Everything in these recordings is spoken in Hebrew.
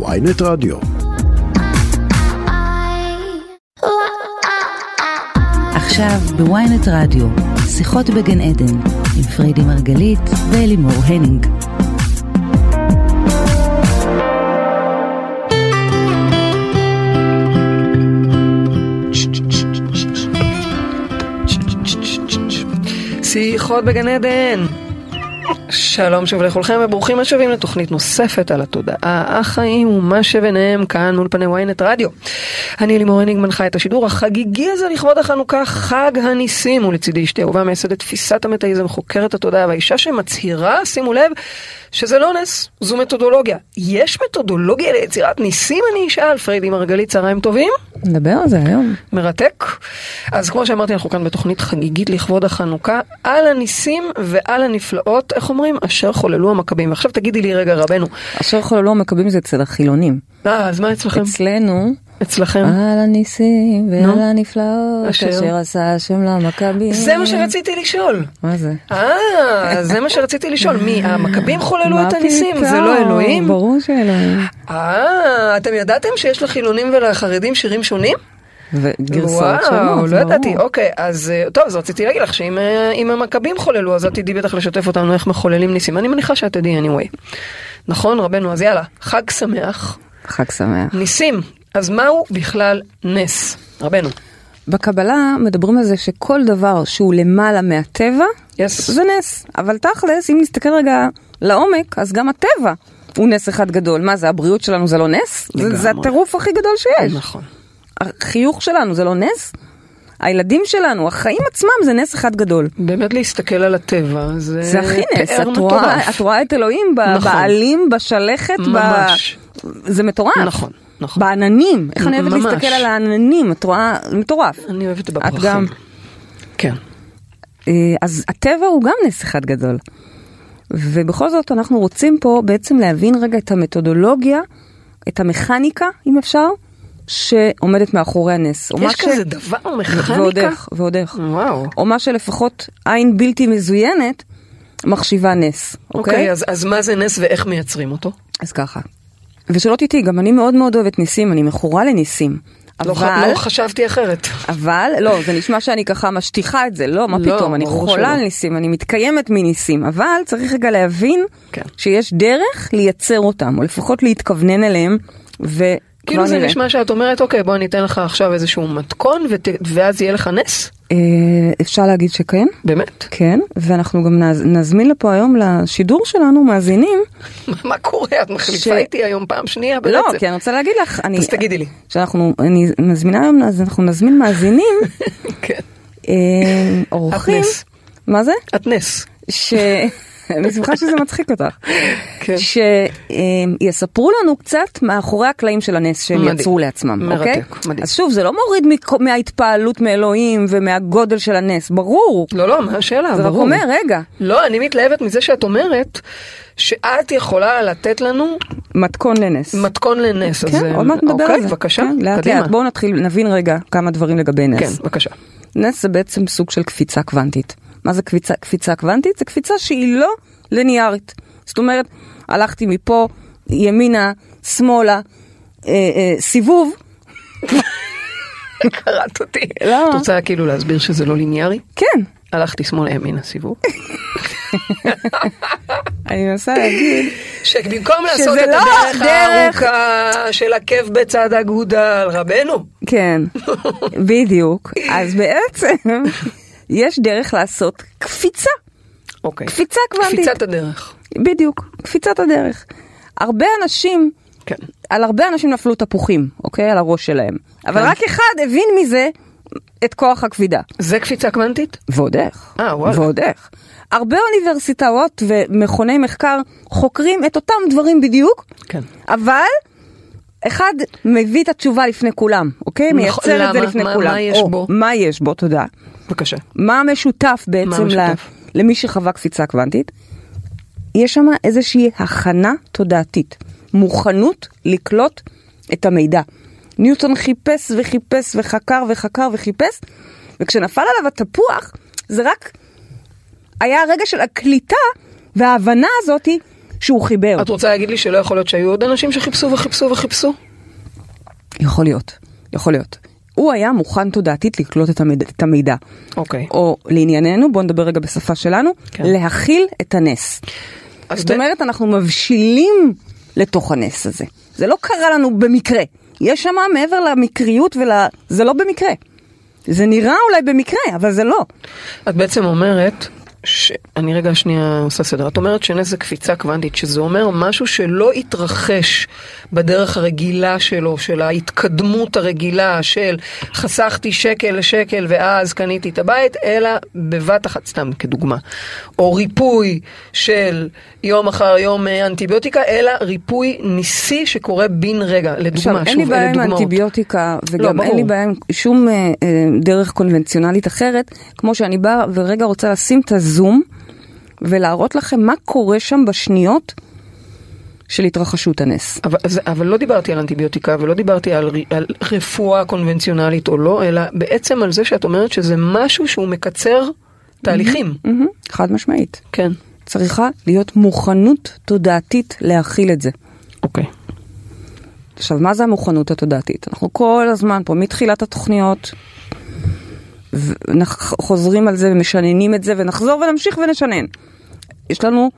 ויינט רדיו. עכשיו בוויינט רדיו, שיחות בגן עדן, עם פריידי מרגלית ואלימור הנינג. שיחות בגן עדן! שלום שוב לכולכם וברוכים השבים לתוכנית נוספת על התודעה, החיים ומה שביניהם כאן מאולפני ynet רדיו. אני לימור הניג מנחה את השידור החגיגי הזה לכבוד החנוכה, חג הניסים, ולצידי אשתי אהובה מייסדת תפיסת המטאיזם, חוקרת התודעה והאישה שמצהירה, שימו לב, שזה לא נס, זו מתודולוגיה. יש מתודולוגיה ליצירת ניסים, אני אשאל, פריידי מרגלית, צהריים טובים? נדבר על זה היום. מרתק. אז כמו שאמרתי, אנחנו כאן בתוכנית חגיגית לכבוד החנוכה, על הניסים ועל הנפלאות, איך אומרים? אשר חוללו המכבים. ועכשיו תגידי לי רגע, רבנו, אשר חוללו המכבים לא זה אצל החילונים. אה, אז מה אצלכם? אצלנו, אצלכם. על הניסים ועל כן. נו. הנפלאות, אשר. אשר עשה השם למכבים. זה מה שרציתי לשאול. מה זה? אה, זה מה שרציתי לשאול. מי, המכבים חוללו מה לא את הניסים? פתאום? זה לא אלוהים? ברור שאלוהים. אה, אתם ידעתם שיש לחילונים ולחרדים שירים שונים? וגרסאות שונות, וואו, לא ברור. ידעתי, אוקיי, אז אה, טוב, אז רציתי להגיד לך שאם אה, אם המכבים חוללו, אז את תדעי בטח לשתף אותנו איך מחוללים ניסים. אני מניחה שאת תדעי anyway. נכון, רבנו, אז יאללה, חג שמח, חג שמח. ניסים. אז מהו בכלל נס? רבנו. בקבלה מדברים על זה שכל דבר שהוא למעלה מהטבע, יס. זה נס. אבל תכלס, אם נסתכל רגע לעומק, אז גם הטבע הוא נס אחד גדול. מה זה, הבריאות שלנו זה לא נס? זה- זה לגמרי. הטירוף הכי גדול שיש. נכון. החיוך שלנו זה לא נס? הילדים שלנו, החיים עצמם זה נס אחד גדול. באמת להסתכל על הטבע, זה זה הכי נס, פאר את רואה, מטורף. את רואה את אלוהים ב- אה, נכון. בעלים, בשלכת, ב- ממש. זה מטורף. נכון, נכון. בעננים, איך אני אוהבת ממש. להסתכל על העננים, את רואה, זה מטורף. אני אוהבת את בפרחים. גם. כן. אה, אז הטבע הוא גם נס אחד גדול. ובכל זאת אנחנו רוצים פה בעצם להבין רגע את המתודולוגיה, את המכניקה, אם אפשר, שעומדת מאחורי הנס. או מה יש ש- כזה דבר, מכניקה? ועוד איך, אוקיי. ועוד איך. וואו. או מה שלפחות עין בלתי מזוינת מחשיבה נס, אוקיי? אוקיי, אז אז מה זה נס ואיך מייצרים אותו? אז ככה. ושלא תטעי, גם אני מאוד מאוד אוהבת ניסים, אני מכורה לניסים. לא ח- אבל, לא חשבתי אחרת. אבל, לא, זה נשמע שאני ככה משטיחה את זה, לא, מה לא, פתאום, אני ברור חולה שלא. על ניסים, אני מתקיימת מניסים, אבל צריך רגע להבין כן. שיש דרך לייצר אותם, או לפחות להתכוונן אליהם, וכבר כאילו זה לא נראה. נשמע שאת אומרת, אוקיי, בוא אני אתן לך עכשיו איזשהו מתכון ות- ואז יהיה לך נס? אה, אפשר להגיד שכן? באמת? כן, ואנחנו גם נז, נזמין לפה היום לשידור שלנו מאזינים. מה קורה? את מחליפה ש- איתי היום פעם שנייה לא, ברצף. כי אני רוצה להגיד לך, אני... אז תגידי לי. שאנחנו, אני מזמינה היום, אז אנחנו נזמין מאזינים, כן. אה, אורחים. נס. מה זה? את נס. ש... אני שמחה שזה מצחיק אותך. כן. שיספרו לנו קצת מאחורי הקלעים של הנס שהם מדהים. יצרו לעצמם, מרתק, אוקיי? מדהים. אז שוב, זה לא מוריד מכ- מההתפעלות מאלוהים ומהגודל של הנס, ברור. לא, לא, מה השאלה? זה רק ברור. אומר, רגע, לא, אני מתלהבת מזה שאת אומרת שאת יכולה לתת לנו מתכון לנס. מתכון לנס. אז, כן, אה, עוד מעט נדבר על זה. אוקיי, בבקשה, כן, לאט קדימה. לאט, בואו נתחיל, נבין רגע כמה דברים לגבי נס. כן, בבקשה. נס זה בעצם סוג של קפיצה קוונטית. מה זה קפיצה, קפיצה קוונטית? זה קפיצה שהיא לא ליניארית. זאת אומרת, הלכתי מפה, ימינה, שמאלה, אה, אה, סיבוב. קראת אותי. למה? את רוצה כאילו להסביר שזה לא ליניארי? כן, הלכתי שמאלה ימינה סיבוב. אני מנסה להגיד. שבמקום לעשות שזה את לא הדרך דרך- הארוכה של עקב בצד אגודל, רבנו. כן, בדיוק. אז בעצם יש דרך לעשות קפיצה, אוקיי. קפיצה קוונטית. קפיצת הדרך. בדיוק, קפיצת הדרך. הרבה אנשים כן. על הרבה אנשים נפלו תפוחים, אוקיי? על הראש שלהם. אבל רק אחד הבין מזה את כוח הכבידה. זה קפיצה קוונטית? ועוד איך. אה, וואלה. ועוד איך. הרבה אוניברסיטאות ומכוני מחקר חוקרים את אותם דברים בדיוק, כן. אבל אחד מביא את התשובה לפני כולם, אוקיי? נכון, מייצר את זה למה? לפני מה- כולם. מה יש או, בו? מה יש בו, תודה. בבקשה. מה המשותף בעצם ל- המשותף? למי שחווה קפיצה קוונטית? יש שם איזושהי הכנה תודעתית, מוכנות לקלוט את המידע. ניוטון חיפש וחיפש וחקר וחקר וחיפש, וכשנפל עליו התפוח, זה רק היה הרגע של הקליטה וההבנה הזאתי שהוא חיבר. את רוצה להגיד לי שלא יכול להיות שהיו עוד אנשים שחיפשו וחיפשו וחיפשו? יכול להיות, יכול להיות. הוא היה מוכן תודעתית לקלוט את המידע, את המידע. אוקיי. או לענייננו, בואו נדבר רגע בשפה שלנו, כן. כן. להכיל את הנס. אז זאת ב- אומרת, אנחנו מבשילים לתוך הנס הזה. זה לא קרה לנו במקרה. יש שם מעבר למקריות ול... זה לא במקרה. זה נראה אולי במקרה, אבל זה לא. את בעצם אומרת, ש... אני רגע שנייה עושה סדר, את אומרת שנס זה קפיצה קוונטית, שזה אומר משהו שלא התרחש בדרך הרגילה שלו, של ההתקדמות הרגילה של חסכתי שקל לשקל ואז קניתי את הבית, אלא בבת אחת, סתם כדוגמה, או ריפוי של יום אחר יום אה, אנטיביוטיקה, אלא ריפוי ניסי שקורה בן רגע, עכשיו, לדוגמה, אין לי שוב, בעיה אלה עם דוגמאות. אנטיביוטיקה, לא, וגם ברור. אין לי בעיה עם שום אה, אה, דרך קונבנציונלית אחרת, כמו שאני באה ורגע רוצה לשים את הזום ולהראות לכם מה קורה שם בשניות של התרחשות הנס. אבל, אז- אבל לא דיברתי על אנטיביוטיקה ולא דיברתי על, ר- על רפואה קונבנציונלית או לא, אלא בעצם על זה שאת אומרת שזה משהו שהוא מקצר תהליכים. מהמם, חד משמעית. כן. צריכה להיות מוכנות תודעתית להכיל את זה. אוקיי. עכשיו, מה זה המוכנות התודעתית? אנחנו כל הזמן פה, מתחילת התוכניות, ואנחנו חוזרים על זה ומשננים את זה, ונחזור ונמשיך ונשנן. יש לנו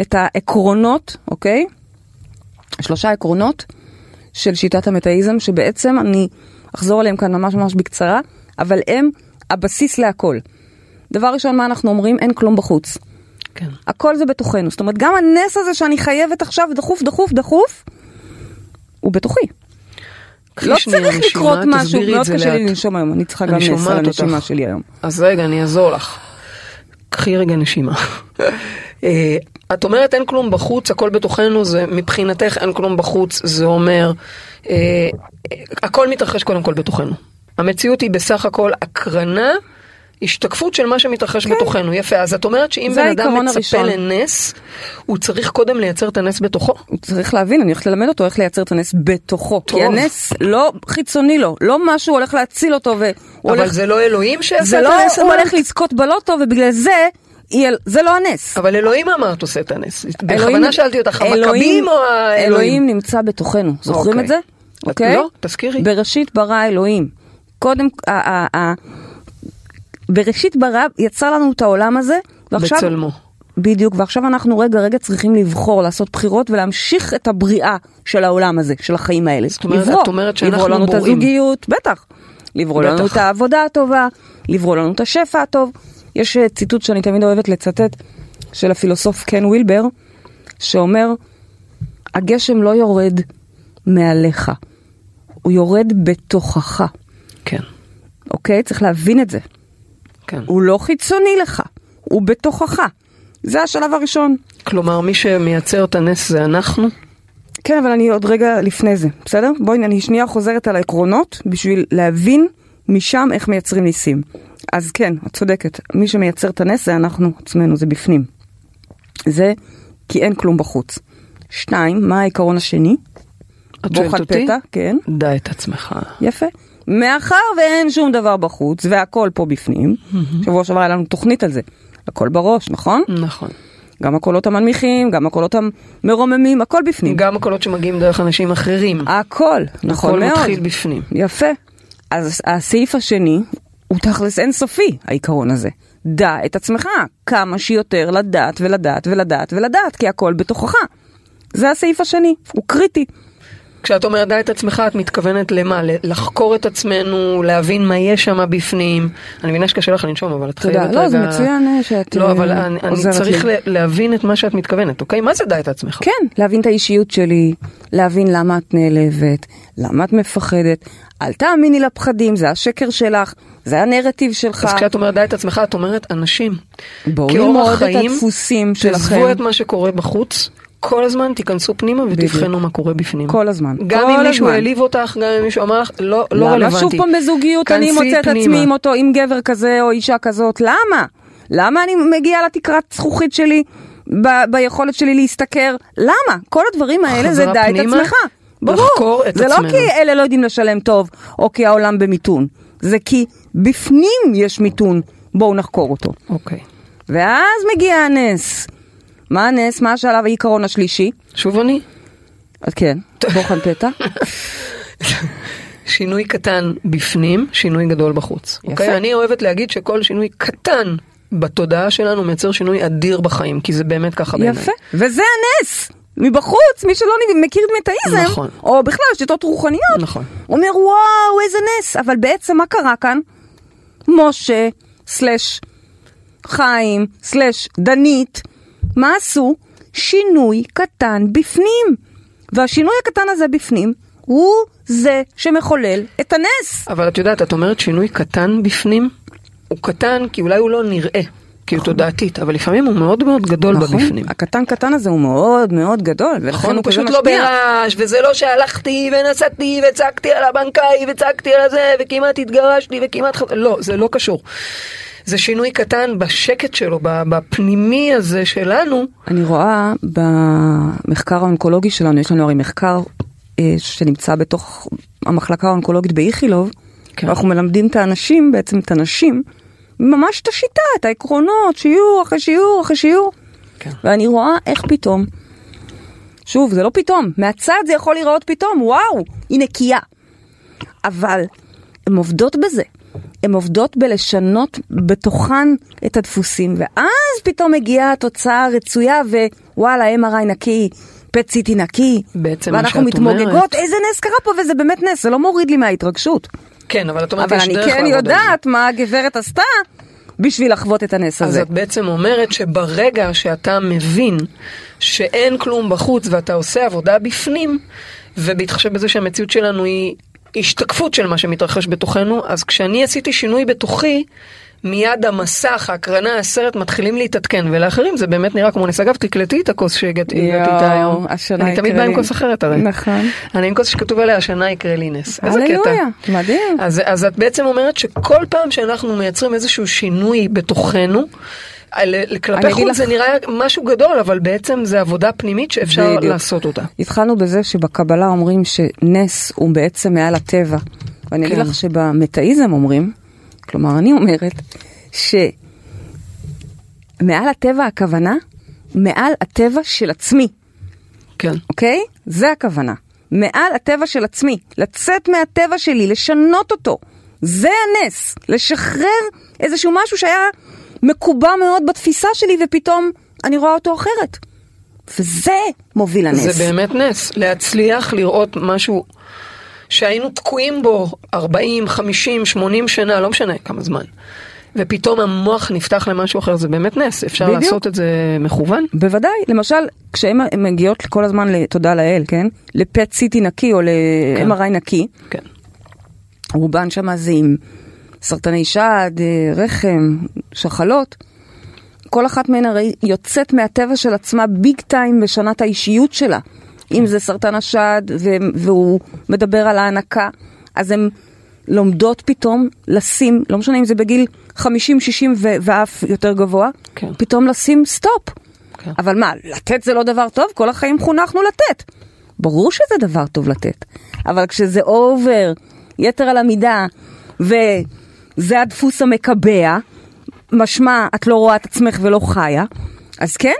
את העקרונות, אוקיי? שלושה עקרונות של שיטת המטאיזם, שבעצם אני אחזור עליהם כאן ממש ממש בקצרה, אבל הם הבסיס להכל. דבר ראשון, מה אנחנו אומרים? אין כלום בחוץ. כן. הכל זה בתוכנו. זאת אומרת, גם הנס הזה שאני חייבת עכשיו דחוף, דחוף, דחוף, הוא בתוכי. קחי לא שנייה צריך נשימה, לקרות משהו, תסבירי את מאוד זה קשה לי לאט. לנשום היום, אני צריכה אני גם נס על שומעת הנשימה אותך. שלי היום. אז רגע, אני אעזור לך. קחי רגע נשימה. אה, את אומרת אין כלום בחוץ, הכל בתוכנו, זה מבחינתך אין כלום בחוץ, זה אומר, אה, אה, הכל מתרחש קודם כל בתוכנו. המציאות היא בסך הכל הקרנה, השתקפות של מה שמתרחש בתוכנו. יפה, אז את אומרת שאם כן. זה בן אדם העיקרון מצפה הראשון. לנס, הוא צריך קודם לייצר את הנס בתוכו? הוא צריך להבין, אני הולכת ללמד אותו איך לייצר את הנס בתוכו. טוב. כי הנס לא חיצוני לו, לא משהו הולך להציל אותו והוא אבל הולך... זה לא אלוהים שעשה זה את לא הנס? הוא אמרת? הולך לזכות בלוטו ובגלל זה, היא- זה לא הנס. אבל אלוהים אמרת עושה את הנס. אלוהים- בכוונה שאלתי אותך, המכבים אלוהים- או האלוהים? אלוהים נמצא בתוכנו, זוכרים אוקיי. את זה? את- אוקיי? לא, תזכירי. בראשית ברא אלוהים. קודם, ה- ה- ה- בראשית ברא יצר לנו את העולם הזה, ועכשיו... בצלמו. בדיוק, ועכשיו אנחנו רגע רגע צריכים לבחור, לעשות בחירות ולהמשיך את הבריאה של העולם הזה, של החיים האלה. זאת אומרת, לברוא. את אומרת שאנחנו לברוא לנו את בוראים. הזוגיות, בטח. לברוא בטח. לנו את העבודה הטובה, לברוא לנו את השפע הטוב. יש אה, ציטוט שאני תמיד אוהבת לצטט, של הפילוסוף קן וילבר, שאומר, הגשם לא יורד מעליך, הוא יורד בתוכך, כן, אוקיי? צריך להבין את זה. כן. הוא לא חיצוני לך, הוא בתוכך. זה השלב הראשון. כלומר, מי שמייצר את הנס זה אנחנו? כן, אבל אני עוד רגע לפני זה, בסדר? בואי, אני שנייה חוזרת על העקרונות בשביל להבין משם איך מייצרים ניסים. אז כן, את צודקת, מי שמייצר את הנס זה אנחנו עצמנו, זה בפנים. זה כי אין כלום בחוץ. שתיים, מה העיקרון השני? את בוחן שואלת אותי? פתע, כן. דע את עצמך. יפה. מאחר ואין שום דבר בחוץ, והכל פה בפנים, שבוע שעבר היה לנו תוכנית על זה. הכל בראש, נכון? נכון. גם הקולות המנמיכים, גם הקולות המרוממים, הכל בפנים. גם הקולות שמגיעים דרך אנשים אחרים. אה. הכל, נכון מאוד. הכל מתחיל בפנים. יפה. אז הסעיף השני הוא תכלס אינסופי, העיקרון הזה. דע את עצמך, כמה שיותר לדעת ולדעת ולדעת ולדעת, כי הכל בתוכך. זה הסעיף השני, הוא קריטי. כשאת אומרת דע את עצמך, את מתכוונת למה? ל- לחקור את עצמנו, להבין מה יש שם בפנים. אני מבינה שקשה לך לנשום, אבל את תודה. חייבת לא, רגע... זה מצוין, אה, שאת, לא, אה, אבל אני, אני עוזרת צריך לי. ל- להבין את מה שאת מתכוונת, אוקיי? מה זה דע את עצמך? כן, להבין את האישיות שלי, להבין למה את נעלבת, למה את מפחדת. אל תאמיני לפחדים, זה השקר שלך, זה הנרטיב שלך. אז כשאת אומרת דע את עצמך, את אומרת אנשים. בואו כאורח נלמוד את חיים, הדפוסים תעזבו שלכם. את מה שקורה בחוץ, כל הזמן תיכנסו פנימה ותבחנו בדיוק. מה קורה בפנים. כל הזמן. גם כל אם מישהו הזמן. העליב אותך, גם אם מישהו אמר לך, לא לא למה רלוונטי. שוב פעם בזוגיות אני כנסי מוצאת את עצמי פנימה. עם אותו, עם גבר כזה או אישה כזאת? למה? למה אני מגיעה לתקרת זכוכית שלי, ב- ביכולת שלי להשתכר? למה? כל הדברים האלה זה חזרה די את פנימה, עצמך. ברור. לחקור את זה עצמנו. לא כי אלה לא יודעים לשלם טוב, או כי העולם במיתון. זה כי בפנים יש מיתון, בואו נחקור אותו. אוקיי. ואז מגיע הנס. מה הנס, מה השלב העיקרון השלישי? שוב אני? אז כן, בוחן פתע. שינוי קטן בפנים, שינוי גדול בחוץ. יפה. אוקיי? אני אוהבת להגיד שכל שינוי קטן בתודעה שלנו מייצר שינוי אדיר בחיים, כי זה באמת ככה בעיניי. יפה. וזה הנס! מבחוץ, מי שלא נ- מכיר מטאיזם, נכון. או בכלל שיטות רוחניות, נכון. אומר וואו איזה נס, אבל בעצם מה קרה כאן? משה, סלש חיים, סלש דנית, מה עשו? שינוי קטן בפנים. והשינוי הקטן הזה בפנים, הוא זה שמחולל את הנס. אבל את יודעת, את אומרת שינוי קטן בפנים, הוא קטן כי אולי הוא לא נראה, כי נכון. הוא תודעתית, אבל לפעמים הוא מאוד מאוד גדול בבפנים. הקטן קטן הזה הוא מאוד מאוד גדול, ולכן נכון, נכון. הוא הוא כזה פשוט לא משפיע. ברעש, וזה לא שהלכתי ונסעתי וצעקתי על הבנקאי וצעקתי על הזה וכמעט התגרשתי וכמעט... ח- לא, זה לא קשור. זה שינוי קטן בשקט שלו, ב- בפנימי הזה שלנו, אני רואה במחקר האונקולוגי שלנו, יש לנו הרי מחקר אה, שנמצא בתוך המחלקה האונקולוגית באיכילוב, כן. כן. אנחנו מלמדים את האנשים, בעצם את הנשים, ממש את השיטה, את העקרונות, שיעור אחרי שיעור אחרי שיעור. כן. ואני רואה איך פתאום, שוב, זה לא פתאום, מהצד זה יכול להיראות פתאום, וואו, היא נקייה. אבל הן עובדות בזה. הן עובדות בלשנות בתוכן את הדפוסים, ואז פתאום מגיעה התוצאה הרצויה, ווואלה, MRI נקי, E פט סיטי נקי. בעצם מה ואנחנו שאת מתמוגגות, אומרת- איזה נס קרה פה, וזה באמת נס, זה לא מוריד לי מההתרגשות. כן, אבל את אומרת, אבל יש אני דרך כן לעבוד על זה. יודעת מה הגברת עשתה בשביל לחוות את הנס אז הזה. את בעצם אומרת שברגע שאתה מבין שאין כלום בחוץ ואתה עושה עבודה בפנים, ובהתחשב בזה שהמציאות שלנו היא השתקפות של מה שמתרחש בתוכנו, אז כשאני עשיתי שינוי בתוכי, מיד המסך, ההקרנה, הסרט מתחילים להתעדכן, ולאחרים זה באמת נראה כמו נס. אגב, תקלטי את הכוס שהגעתי יואו, הגעתי איתה היום. השנה אני תמיד יקרה באה עם לי. כוס אחרת הרי. נכון. אני עם כוס שכתוב עליה, השנה יקרה לי נס. איזה הללויה, קטע. מדהים. אז, אז את בעצם אומרת שכל פעם שאנחנו מייצרים איזשהו שינוי בתוכנו, על- אני כלפי אגיד חוץ לך- זה נראה משהו גדול, אבל בעצם זה עבודה פנימית שאפשר בדיוק. לעשות אותה. התחלנו בזה שבקבלה אומרים שנס הוא בעצם מעל הטבע. ואני אגיד כן. לך שבמטאיזם אומרים, כלומר אני אומרת, שמעל הטבע הכוונה, מעל הטבע של עצמי. כן. אוקיי? זה הכוונה. מעל הטבע של עצמי, לצאת מהטבע שלי, לשנות אותו. זה הנס, לשחרר איזשהו משהו שהיה מקובע מאוד בתפיסה שלי ופתאום אני רואה אותו אחרת. וזה מוביל לנס. זה באמת נס, להצליח לראות משהו שהיינו תקועים בו 40, 50, 80 שנה, לא משנה כמה זמן. ופתאום המוח נפתח למשהו אחר, זה באמת נס, אפשר בדיוק. לעשות את זה מכוון. בוודאי, למשל, כשהן מגיעות כל הזמן, תודה לאל, כן? לפט סיטי נקי או ל-MRI נקי, כן. רובן שם זה עם סרטני שד, אה, רחם, שחלות. כל אחת מהן הרי יוצאת מהטבע של עצמה ביג טיים בשנת האישיות שלה. אם זה סרטן השד ו- והוא מדבר על ההנקה, אז הן לומדות פתאום לשים, לא משנה אם זה בגיל 50-60 ו- ואף יותר גבוה, כן. פתאום לשים סטופ. כן. אבל מה, לתת זה לא דבר טוב? כל החיים חונכנו לתת. ברור שזה דבר טוב לתת, אבל כשזה אובר, יתר על המידה, וזה הדפוס המקבע, משמע את לא רואה את עצמך ולא חיה, אז כן,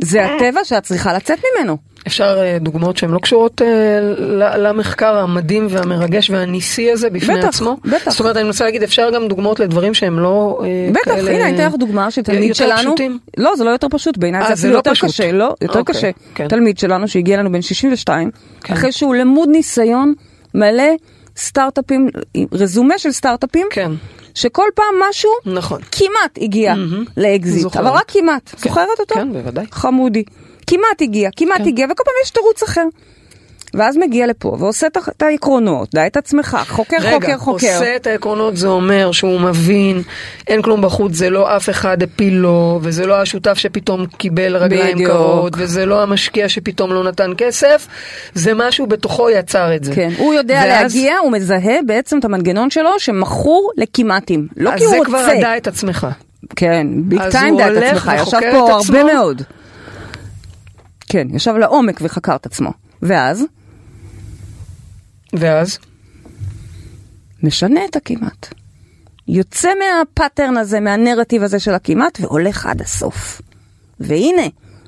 זה הטבע שאת צריכה לצאת ממנו. אפשר אה, דוגמאות שהן לא קשורות אה, ל- למחקר המדהים והמרגש והניסי הזה בפני בטח, עצמו? בטח. זאת אומרת, אני מנסה להגיד, אפשר גם דוגמאות לדברים שהם לא אה, בטח, כאלה... אה, הנה, אני אתן לך דוגמה של תלמיד יותר שלנו. פשוטים. לא, זה לא יותר פשוט, בעיניי אה, זה זה אפילו לא יותר פשוט. קשה, לא, יותר אוקיי, קשה. כן. תלמיד שלנו שהגיע אלינו בן 62, כן. אחרי שהוא למוד ניסיון מלא סטארט-אפים, רזומה של סטארט-אפים, כן. שכל פעם משהו נכון. כמעט הגיע לאקזיט, Mm-hmm. זוכרת. אבל רק כמעט. כן. זוכרת אותו? כן, בוודאי. חמודי. כמעט הגיע, כמעט כן. הגיע, וכל פעם יש תירוץ אחר. ואז מגיע לפה ועושה את ה- את העקרונות, דע את עצמך, חוקר, חוקר, רגע, חוקר. עושה את העקרונות זה אומר שהוא מבין, אין כלום בחוץ, זה לא אף אחד הפיל לו, וזה לא השותף שפתאום קיבל רגליים בדיוק. קרות, וזה לא המשקיע שפתאום לא נתן כסף, זה משהו בתוכו יצר את זה. כן, הוא יודע ואז- להגיע, הוא מזהה בעצם את המנגנון שלו שמכור לכמעטים. לא כי הוא רוצה. אז זה כבר הדע את עצמך. כן, ביג אז טיים הוא דעת הולך עצמך, ישב וחוקר את פה עצמו. הרבה מאוד. כן, ישב לעומק וחקר את עצמו. ואז, ואז? משנה את הכמעט. יוצא מהפאטרן הזה, מהנרטיב הזה של הכמעט, והולך עד הסוף. והנה,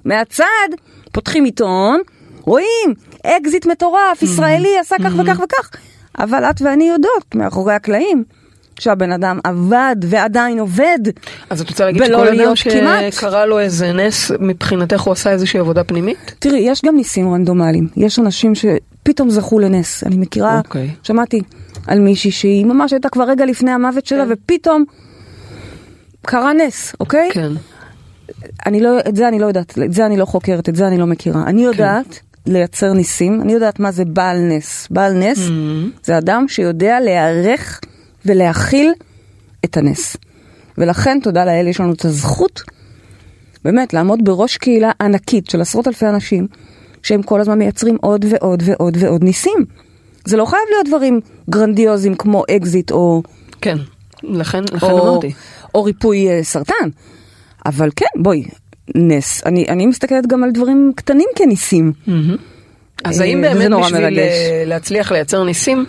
מהצד, פותחים עיתון, רואים, אקזיט מטורף, ישראלי עשה כך וכך וכך. אבל את ואני יודעות, מאחורי הקלעים, שהבן אדם עבד ועדיין עובד. אז את רוצה להגיד ולא שכל אדם להיות כמעט. שקרה לו איזה נס, מבחינתך הוא עשה איזושהי עבודה פנימית? תראי, יש גם ניסים רנדומליים. יש אנשים שפתאום זכו לנס. אני מכירה, אוקיי. שמעתי על מישהי שהיא ממש הייתה כבר רגע לפני המוות שלה, ופתאום קרה נס, אוקיי? כן. אני לא, את זה אני לא יודעת, את זה אני לא חוקרת, את זה אני לא מכירה. אני יודעת לייצר ניסים, אני יודעת מה זה בעל נס. בעל נס זה אדם שיודע להיערך ולהכיל את הנס. ולכן, תודה לאל, יש לנו את הזכות באמת לעמוד בראש קהילה ענקית של עשרות אלפי אנשים, שהם כל הזמן מייצרים עוד ועוד ועוד ועוד ניסים. זה לא חייב להיות דברים גרנדיוזיים כמו אקזיט או כן. לכן, לכן או, אמרתי. או ריפוי אה, סרטן. אבל כן, בואי, נס. אני, אני מסתכלת גם על דברים קטנים כניסים. אז אה, האם וזה באמת נורא בשביל מרגש. אה, להצליח לייצר ניסים,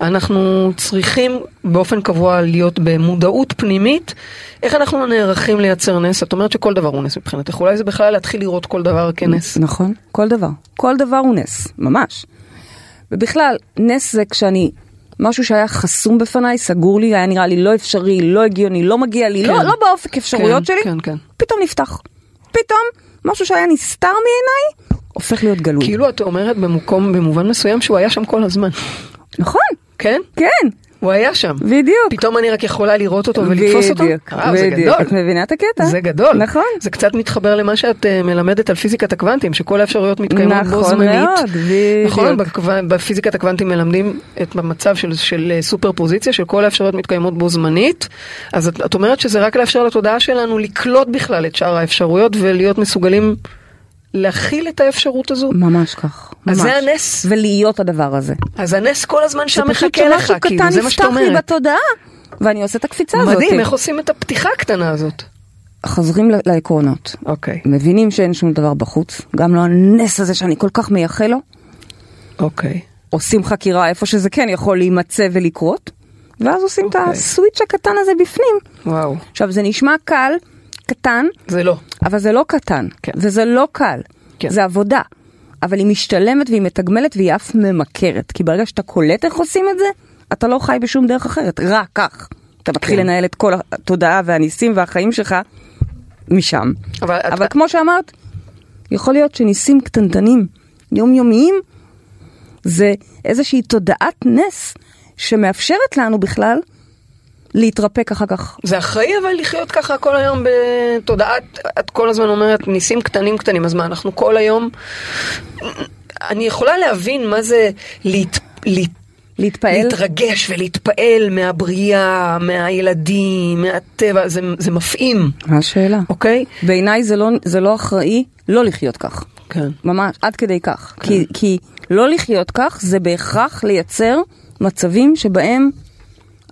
אנחנו צריכים באופן קבוע להיות במודעות פנימית? איך אנחנו נערכים לייצר נס? את אומרת שכל דבר הוא נס מבחינתך, אולי זה בכלל להתחיל לראות כל דבר כנס. נכון, כל דבר. כל דבר הוא נס, ממש. ובכלל, נס זה כשאני, משהו שהיה חסום בפניי, סגור לי, היה נראה לי לא אפשרי, לא הגיוני, לא מגיע לי, כן. לא, לא באופק אפשרויות כן, שלי, כן, כן. פתאום נפתח. פתאום, משהו שהיה נסתר מעיניי, הופך להיות גלוי. כאילו את אומרת במקום, במובן מסוים שהוא היה שם כל הזמן. נכון, כן? כן, הוא היה שם. בדיוק. פתאום אני רק יכולה לראות אותו ולתפוס אותו? בדיוק, וואו, זה בדיוק. גדול. את מבינה את הקטע? זה גדול. נכון. זה קצת מתחבר למה שאת אה, מלמדת על פיזיקת הקוונטים, שכל האפשרויות מתקיימות בו נכון זמנית. מאוד, בדיוק. נכון, בקו- בפיזיקת הקוונטים מלמדים את המצב של, של אה, סופר פוזיציה, שכל האפשרויות מתקיימות בו זמנית. אז את, את אומרת שזה רק לאפשר לתודעה שלנו לקלוט בכלל את שאר האפשרויות ולהיות מסוגלים להכיל את האפשרות הזו. ממש כך. אז ממש. זה הנס. ולהיות הדבר הזה. אז הנס כל הזמן שם זה פשוט מחכה לך, שמשהו כאילו, קטן זה מה שאת נפתח לי אומרת. בתודעה, ואני עושה את הקפיצה הזאת. מדהים, איך עושים את הפתיחה הקטנה הזאת. חוזרים ל- לעקרונות. אוקיי, מבינים שאין שום דבר בחוץ, גם לא הנס הזה שאני כל כך מייחל לו. אוקיי. עושים חקירה איפה שזה כן יכול להימצא ולקרות, ואז עושים את אוקיי. הסוויץ' הקטן הזה בפנים. וואו, עכשיו, זה נשמע קל, קטן, זה לא. אבל זה לא קטן, כן. וזה לא קל, כן. זה עבודה. אבל היא משתלמת והיא מתגמלת והיא אף ממכרת, כי ברגע שאתה קולט איך עושים את זה, אתה לא חי בשום דרך אחרת, רק כך. אתה מתחיל כן. לנהל את כל התודעה והניסים והחיים שלך משם. אבל את- אבל כמו שאמרת, יכול להיות שניסים קטנטנים, יומיומיים, זה איזושהי תודעת נס שמאפשרת לנו בכלל להתרפק אחר כך זה אחראי אבל לחיות ככה כל היום בתודעת, את כל הזמן אומרת ניסים קטנים קטנים, אז מה, אנחנו כל היום... אני יכולה להבין מה זה להת... להת... להתפעל. להתרגש ולהתפעל מהבריאה, מהילדים, מהטבע, זה, זה מפעים, מה השאלה? אוקיי? בעיניי זה לא, זה לא אחראי לא לחיות כך. כן. ממש, עד כדי כך. כן. כי, כי לא לחיות כך זה בהכרח לייצר מצבים שבהם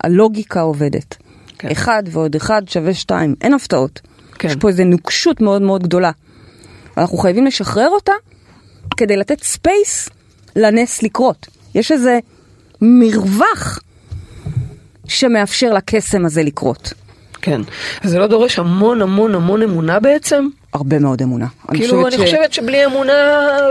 הלוגיקה עובדת. כן. כן. אחד ועוד אחד שווה שתיים, אין הפתעות. כן. יש פה איזו נוקשות מאוד מאוד גדולה. אנחנו חייבים לשחרר אותה כדי לתת ספייס לנס לקרות. יש איזה מרווח שמאפשר לקסם הזה לקרות. כן. אז זה לא דורש המון המון המון אמונה בעצם? הרבה מאוד אמונה. כאילו, אני חושבת שבלי אמונה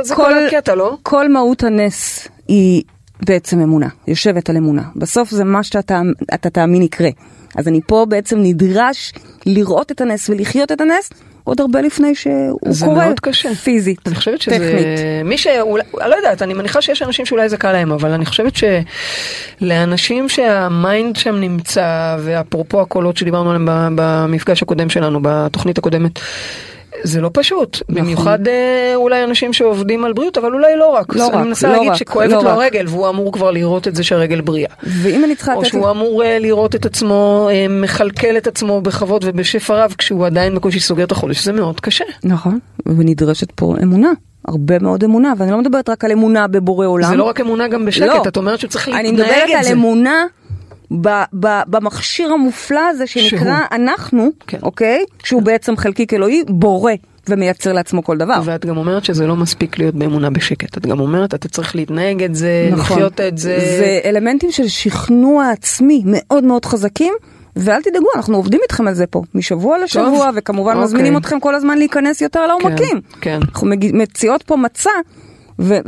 זה כל הקטע, לא? כל מהות הנס היא בעצם אמונה, יושבת על אמונה. בסוף זה מה שאתה תאמ- אתה תאמין יקרה. אז אני פה בעצם נדרש לראות את הנס ולחיות את הנס עוד הרבה לפני שהוא זה קורה מאוד קשה. פיזית, אני חושבת שזה... טכנית. מי שאולי... אני לא יודעת, אני מניחה שיש אנשים שאולי זה קל להם, אבל אני חושבת שלאנשים שהמיינד שם נמצא, ואפרופו הקולות שדיברנו עליהם ב- במפגש הקודם שלנו, בתוכנית הקודמת, זה לא פשוט. נכון. במיוחד אה, אולי אנשים שעובדים על בריאות, אבל אולי לא רק. לא אז אני רק, מנסה לא להגיד רק, שכואבת לא לו רק. הרגל, והוא אמור כבר לראות את זה שהרגל בריאה. ואם אני צריכה או לתת... שהוא אמור אה, לראות את עצמו, אה, מכלכל את עצמו בכבוד ובשפע רב, כשהוא עדיין בקושי סוגר את החודש, זה מאוד קשה. נכון, ונדרשת פה אמונה, הרבה מאוד אמונה, ואני לא מדברת רק על אמונה בבורא עולם. זה לא רק אמונה גם בשקט, לא. את אומרת שצריך להתנהג אני את זה. מדברת על אמונה ב, ב, במכשיר המופלא הזה שנקרא שהוא. אנחנו, כן. אוקיי? שהוא בעצם חלקיק אלוהי, בורא ומייצר לעצמו כל דבר. ואת גם אומרת שזה לא מספיק להיות באמונה בשקט, את גם אומרת אתה צריך להתנהג נכון. את זה, לחיות את זה. זה אלמנטים של שכנוע עצמי מאוד מאוד חזקים, ואל תדאגו, אנחנו עובדים איתכם על זה פה, משבוע לשבוע, טוב. וכמובן אוקיי. מזמינים אתכם כל הזמן להיכנס יותר לעומקים. כן. אנחנו מג- מציעות פה מצע, ו-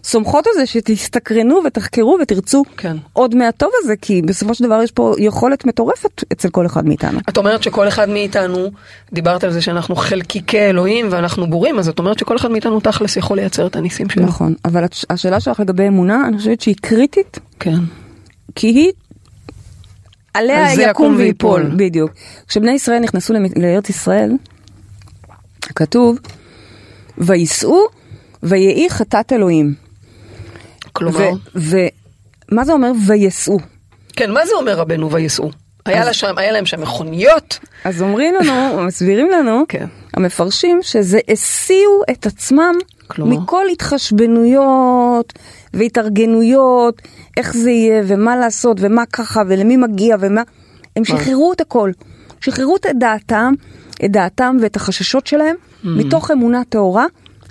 וסומכות על זה שתסתקרנו ותחקרו ותרצו כן. עוד מהטוב הזה, כי בסופו של דבר יש פה יכולת מטורפת אצל כל אחד מאיתנו. את אומרת שכל אחד מאיתנו, דיברת על זה שאנחנו חלקיקי אלוהים ואנחנו בורים, אז את אומרת שכל אחד מאיתנו תכלס יכול לייצר את הניסים שלו. נכון, אבל הש- השאלה שלך לגבי אמונה, אני חושבת שהיא קריטית, כן. כי היא... על עליה זה יקום יקום ויפול, ויפול. בדיוק. כשבני ישראל נכנסו למ- לארץ ישראל, כתוב, וייסעו ויהי חטאת אלוהים. כלומר, ומה זה אומר וייסעו? כן, מה זה אומר רבנו וייסעו? היה, אז- לה שם, היה להם שם מכוניות? אז אומרים לנו, מסבירים לנו, כן. המפרשים, שזה הסיעו את עצמם כלומר? מכל התחשבנויות והתארגנויות, איך זה יהיה ומה לעשות ומה ככה ולמי מגיע ומה. הם שחררו את הכל, שחררו את דעתם, את דעתם ואת החששות שלהם, Mm. מתוך אמונה טהורה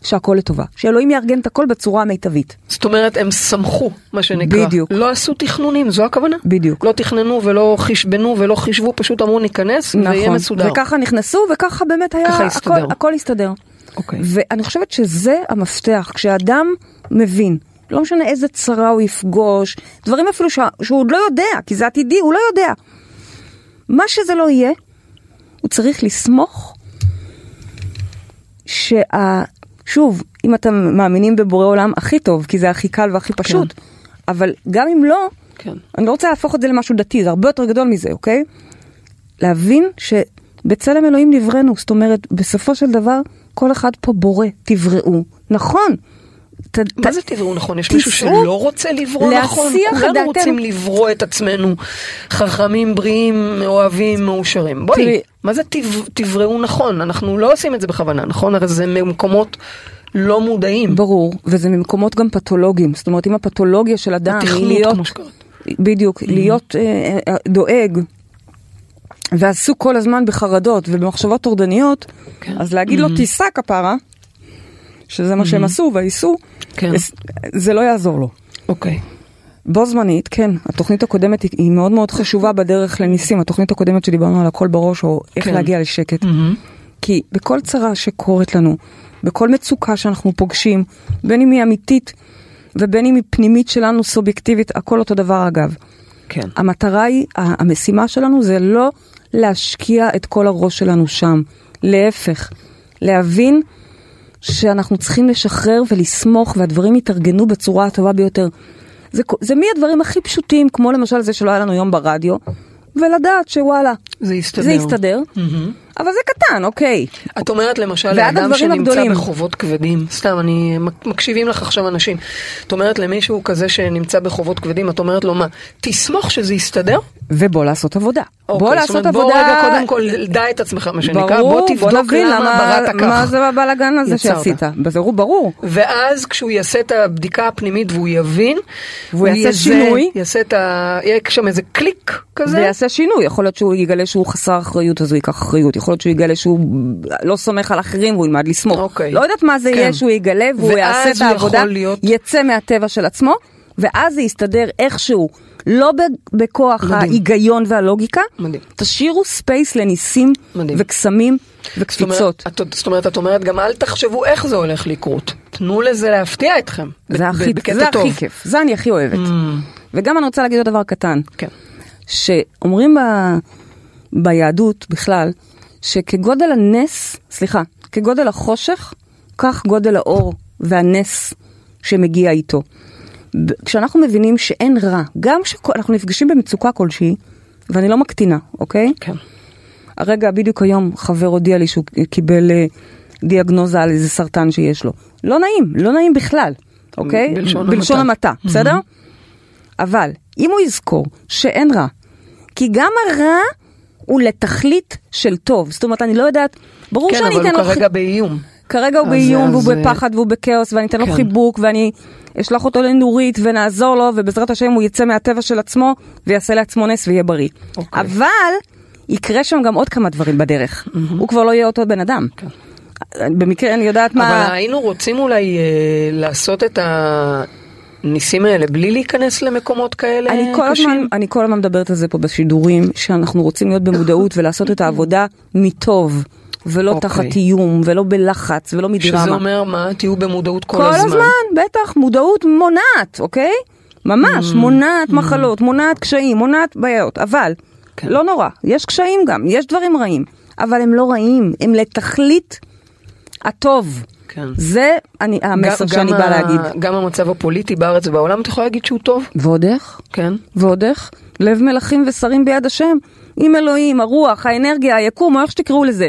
שהכל לטובה, שאלוהים יארגן את הכל בצורה המיטבית. זאת אומרת, הם שמחו, מה שנקרא. בדיוק. לא עשו תכנונים, זו הכוונה. בדיוק. לא תכננו ולא חשבנו ולא חישבו, פשוט אמרו ניכנס נכון. ויהיה מסודר. וככה נכנסו וככה באמת היה, ככה הסתדר. הכל, הכל הסתדר. אוקיי. ואני חושבת שזה המפתח, כשאדם מבין, לא משנה איזה צרה הוא יפגוש, דברים אפילו שה, שהוא עוד לא יודע, כי זה עתידי, הוא לא יודע. מה שזה לא יהיה, הוא צריך לסמוך שה... שוב, אם אתם מאמינים בבורא עולם, הכי טוב, כי זה הכי קל והכי פשוט. כן. אבל גם אם לא, כן. אני לא רוצה להפוך את זה למשהו דתי, זה הרבה יותר גדול מזה, אוקיי? להבין שבצלם אלוהים נבראנו, זאת אומרת, בסופו של דבר, כל אחד פה בורא, תבראו. נכון. ת, מה ת- זה תבראו נכון? יש תיסעו מישהו שלא רוצה לברוא להסיח נכון? את כולנו דעתנו. רוצים לברוא את עצמנו חכמים, בריאים, אוהבים, מאושרים. בואי, תראי- מה זה תב- תבראו נכון? אנחנו לא עושים את זה בכוונה, נכון? הרי זה ממקומות לא מודעים. ברור, וזה ממקומות גם פתולוגיים. זאת אומרת, אם הפתולוגיה של אדם היא התכנות, להיות, כמו שקראת. בדיוק, Mm-hmm. להיות אה, אה, דואג, ועסוק כל הזמן בחרדות ובמחשבות טורדניות, כן. אז להגיד לו, תיסע כפרה, שזה מה שהם עשו והייסעו, Mm-hmm. כן. אז- זה לא יעזור לו. אוקיי. בו זמנית, כן, התוכנית הקודמת היא- היא מאוד מאוד חשובה בדרך לניסים, התוכנית הקודמת שדיברנו על הכל בראש, או איך כן. כן. להגיע לשקט. כי בכל צרה שקורית לנו, בכל מצוקה שאנחנו פוגשים, בין אם היא אמיתית ובין אם היא פנימית שלנו, סובייקטיבית, הכל אותו דבר אגב. כן. המטרה היא, ה- המשימה שלנו זה לא להשקיע את כל הראש שלנו שם, להפך, להבין שאנחנו צריכים לשחרר ולסמוך והדברים יתארגנו בצורה הטובה ביותר. זה, כ- זה מהדברים הכי פשוטים, כמו למשל זה שלא היה לנו יום ברדיו, ולדעת שוואלה, זה יסתדר. זה יסתדר, אבל זה קטן, אוקיי. את אומרת למשל ועד לאדם הדברים שנמצא הגדולים. בחובות כבדים, סתם, אני, מקשיבים לך עכשיו אנשים. את אומרת למישהו כזה שנמצא בחובות כבדים, את אומרת לו מה, תסמוך שזה יסתדר? ובוא לעשות עבודה. אוקיי, בוא זאת לעשות אומרת, עבודה... בוא רגע קודם כל דע את עצמך, מה שנקרא, ברור, בוא תבדוק תבין למה בראת כך. מה זה הבלאגן הזה יצרת. שעשית? ברור, ברור. ואז כשהוא יעשה את הבדיקה הפנימית והוא יבין, והוא יעשה יהיה זה- שינוי. יעשה את ה... יהיה שם איזה קליק כזה. זה יעשה שינוי, יכול להיות שהוא יגלה שהוא חסר אחריות אז הוא ייקח אחריות, יכול להיות שהוא יגלה שהוא לא סומך על אחרים והוא ילמד לסמוך. אוקיי. לא יודעת מה זה כן. יהיה שהוא יגלה והוא ואז יעשה את הוא העבודה, יכול להיות- יצא מהטבע של עצמו, ואז זה יסתדר איכשהו, לא ב- בכוח מדהים. ההיגיון והלוגיקה. מדהים. תשאירו ספייס לניסים מדהים. וקסמים זאת אומרת, וקפיצות. את, זאת אומרת, את אומרת גם אל תחשבו איך זה הולך לקרות. תנו לזה להפתיע אתכם. ב- זה הכי- ב- בקטע זה טוב. Mm. הכי כיף, זה אני הכי אוהבת. וגם אני רוצה להגיד עוד דבר קטן. כן. שאומרים ב... ביהדות בכלל, שכגודל הנס, סליחה, כגודל החושך, כך גודל האור והנס שמגיע איתו. ב- כשאנחנו מבינים שאין רע, גם כשאנחנו נפגשים במצוקה כלשהי, ואני לא מקטינה, אוקיי? כן. הרגע, בדיוק היום, חבר הודיע לי שהוא קיבל אה, דיאגנוזה על איזה סרטן שיש לו. לא נעים, לא נעים בכלל, אוקיי? בלשון בלשון המעטה. Mm-hmm. המעטה, בסדר? אבל אם הוא יזכור שאין רע, כי גם הרע הוא לתכלית של טוב. זאת אומרת, אני לא יודעת, ברור כן, שאני אבל אתן לו הוא כרגע חיבוק. באיום. כרגע הוא אז- באיום והוא אז, אה, בפחד והוא בכאוס ואני אתן כן. לו חיבוק ואני אשלח אותו לנורית ונעזור לו ובעזרת השם הוא יצא מהטבע של עצמו ויעשה לעצמו נס ויהיה בריא. אוקיי. אבל יקרה שם גם עוד כמה דברים בדרך. הוא כבר לא יהיה אותו בן אדם. כן. במקרה אני יודעת אבל מה... היינו רוצים אולי אה, לעשות את ה... הניסים האלה בלי להיכנס למקומות כאלה אני כל, קשים? הזמן, אני כל הזמן מדברת על זה פה בשידורים, שאנחנו רוצים להיות במודעות ולעשות את העבודה מטוב, ולא אוקיי. תחת איום, ולא בלחץ, ולא מדרמה. שזה אומר מה? תהיו במודעות כל, כל הזמן, בטח, מודעות מונעת, אוקיי? Mm. ממש, מונעת מחלות, מונעת קשיים, מונעת בעיות, אבל כן. לא נורא, יש קשיים גם, יש דברים רעים, אבל הם לא רעים, הם לתכלית הטוב. כן. זה אני- המסר גם- גם שאני באה ה- להגיד. גם המצב הפוליטי בארץ ובעולם, את יכולה להגיד שהוא טוב? ועוד איך? כן. ועוד איך? לב מלכים ושרים ביד השם. אם אלוהים, הרוח, האנרגיה, היקום, או איך שתקראו לזה,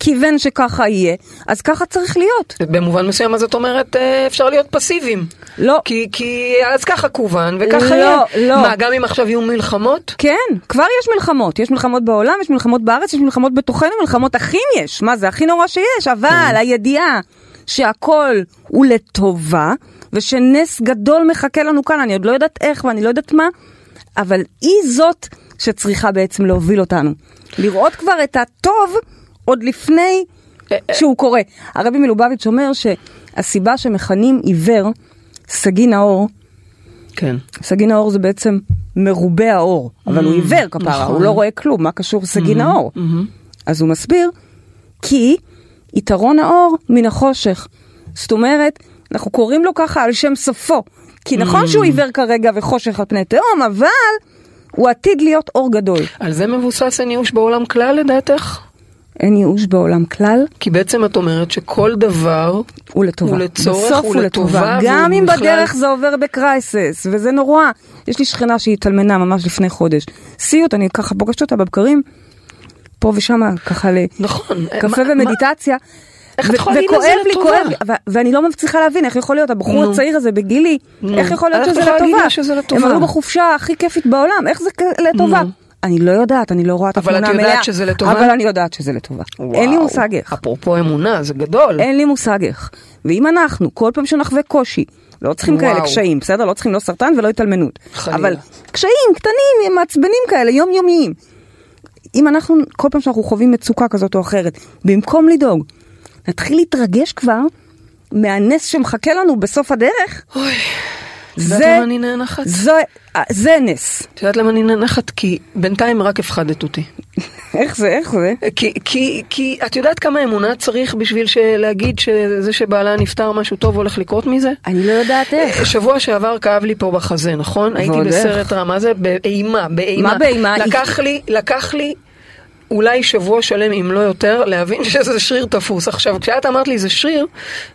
כיוון שככה יהיה, אז ככה צריך להיות. במובן מסוים, אז את אומרת, אה, אפשר להיות פסיביים. לא. כי, כי אז ככה כוון וככה לא, יהיה. לא. מה, גם אם עכשיו יהיו מלחמות? כן, כבר יש מלחמות. יש מלחמות בעולם, יש מלחמות בארץ, יש מלחמות בתוכנו, מלחמות אחים יש. מה זה הכי נורא שיש? אבל הידיעה שהכל הוא לטובה, ושנס גדול מחכה לנו כאן, אני עוד לא יודעת איך ואני לא יודעת מה, אבל היא זאת שצריכה בעצם להוביל אותנו. לראות כבר את הטוב עוד לפני שהוא קורה. הרבי מלובביץ' אומר שהסיבה שמכנים עיוור סגי נאור, כן. סגי נאור זה בעצם מרובה האור, אבל הוא עיוור כפרה, הוא לא רואה כלום, מה קשור סגי נאור? אז הוא מסביר, כי יתרון האור מן החושך. זאת אומרת, אנחנו קוראים לו ככה על שם סופו. כי נכון שהוא עיוור כרגע וחושך על פני תהום, אבל הוא עתיד להיות אור גדול. על זה מבוסס אין ייאוש בעולם כלל לדעתך? אין ייאוש בעולם כלל, כי בעצם את אומרת שכל דבר, הוא לטובה. הוא לצורך, בסוף הוא הוא לטובה, לטובה. והוא גם אם בכלל- בדרך זה עובר בקרייסס, וזה נורא. יש לי שכנה שהיא התאלמנה ממש לפני חודש. סיוט, אני ככה פוגשת אותה בבקרים, פה ושם, ככה נכון. לקפה מה- ומדיטציה. איך ו- את יכולה להגיד וכואב לזה לי, לטובה? כואב לי, ו- ואני לא מצליחה להבין איך יכול להיות, הבחור נו. הצעיר הזה בגילי, נו. איך יכול להיות איך את שזה יכולה להגיד לטובה? לה שזה הם לטובה? עלו בחופשה הכי כיפית בעולם, איך זה כ- לטובה? אני לא יודעת, אני לא רואה את אבל את התמונה המלאה. יודעת שזה לטובה? אבל אני יודעת שזה לטובה. אין לי וואו, מושג איך. אפרופו אמונה, זה גדול. אין לי מושג איך. ואם אנחנו, כל פעם שנחווה קושי, לא צריכים וואו. וואו. כאלה קשיים, בסדר? לא צריכים לא סרטן ולא התאלמנות. חלילה. אבל קשיים קטנים, מעצבנים כאלה, יומיומיים. אם אנחנו, כל פעם שאנחנו חווים מצוקה כזאת או אחרת, במקום לדאוג, נתחיל להתרגש כבר מהנס שמחכה לנו בסוף הדרך, אוי, את יודעת זה, למה אני נאנחת? זה, זה נס. את יודעת למה אני נאנחת? כי בינתיים רק הפחדת אותי. איך זה, איך זה? כי, כי, כי את יודעת כמה אמונה צריך בשביל ש- להגיד שזה שבעלה נפטר משהו טוב הולך לקרות מזה? אני לא יודעת איך. שבוע שעבר כאב לי פה בחזה, נכון? הייתי ועוד בסרט רע, מה זה? באימה, באימה. מה באימה? לקח לי, לקח לי אולי שבוע שלם, אם לא יותר, להבין שזה שריר תפוס. עכשיו, כשאת אמרת לי זה שריר,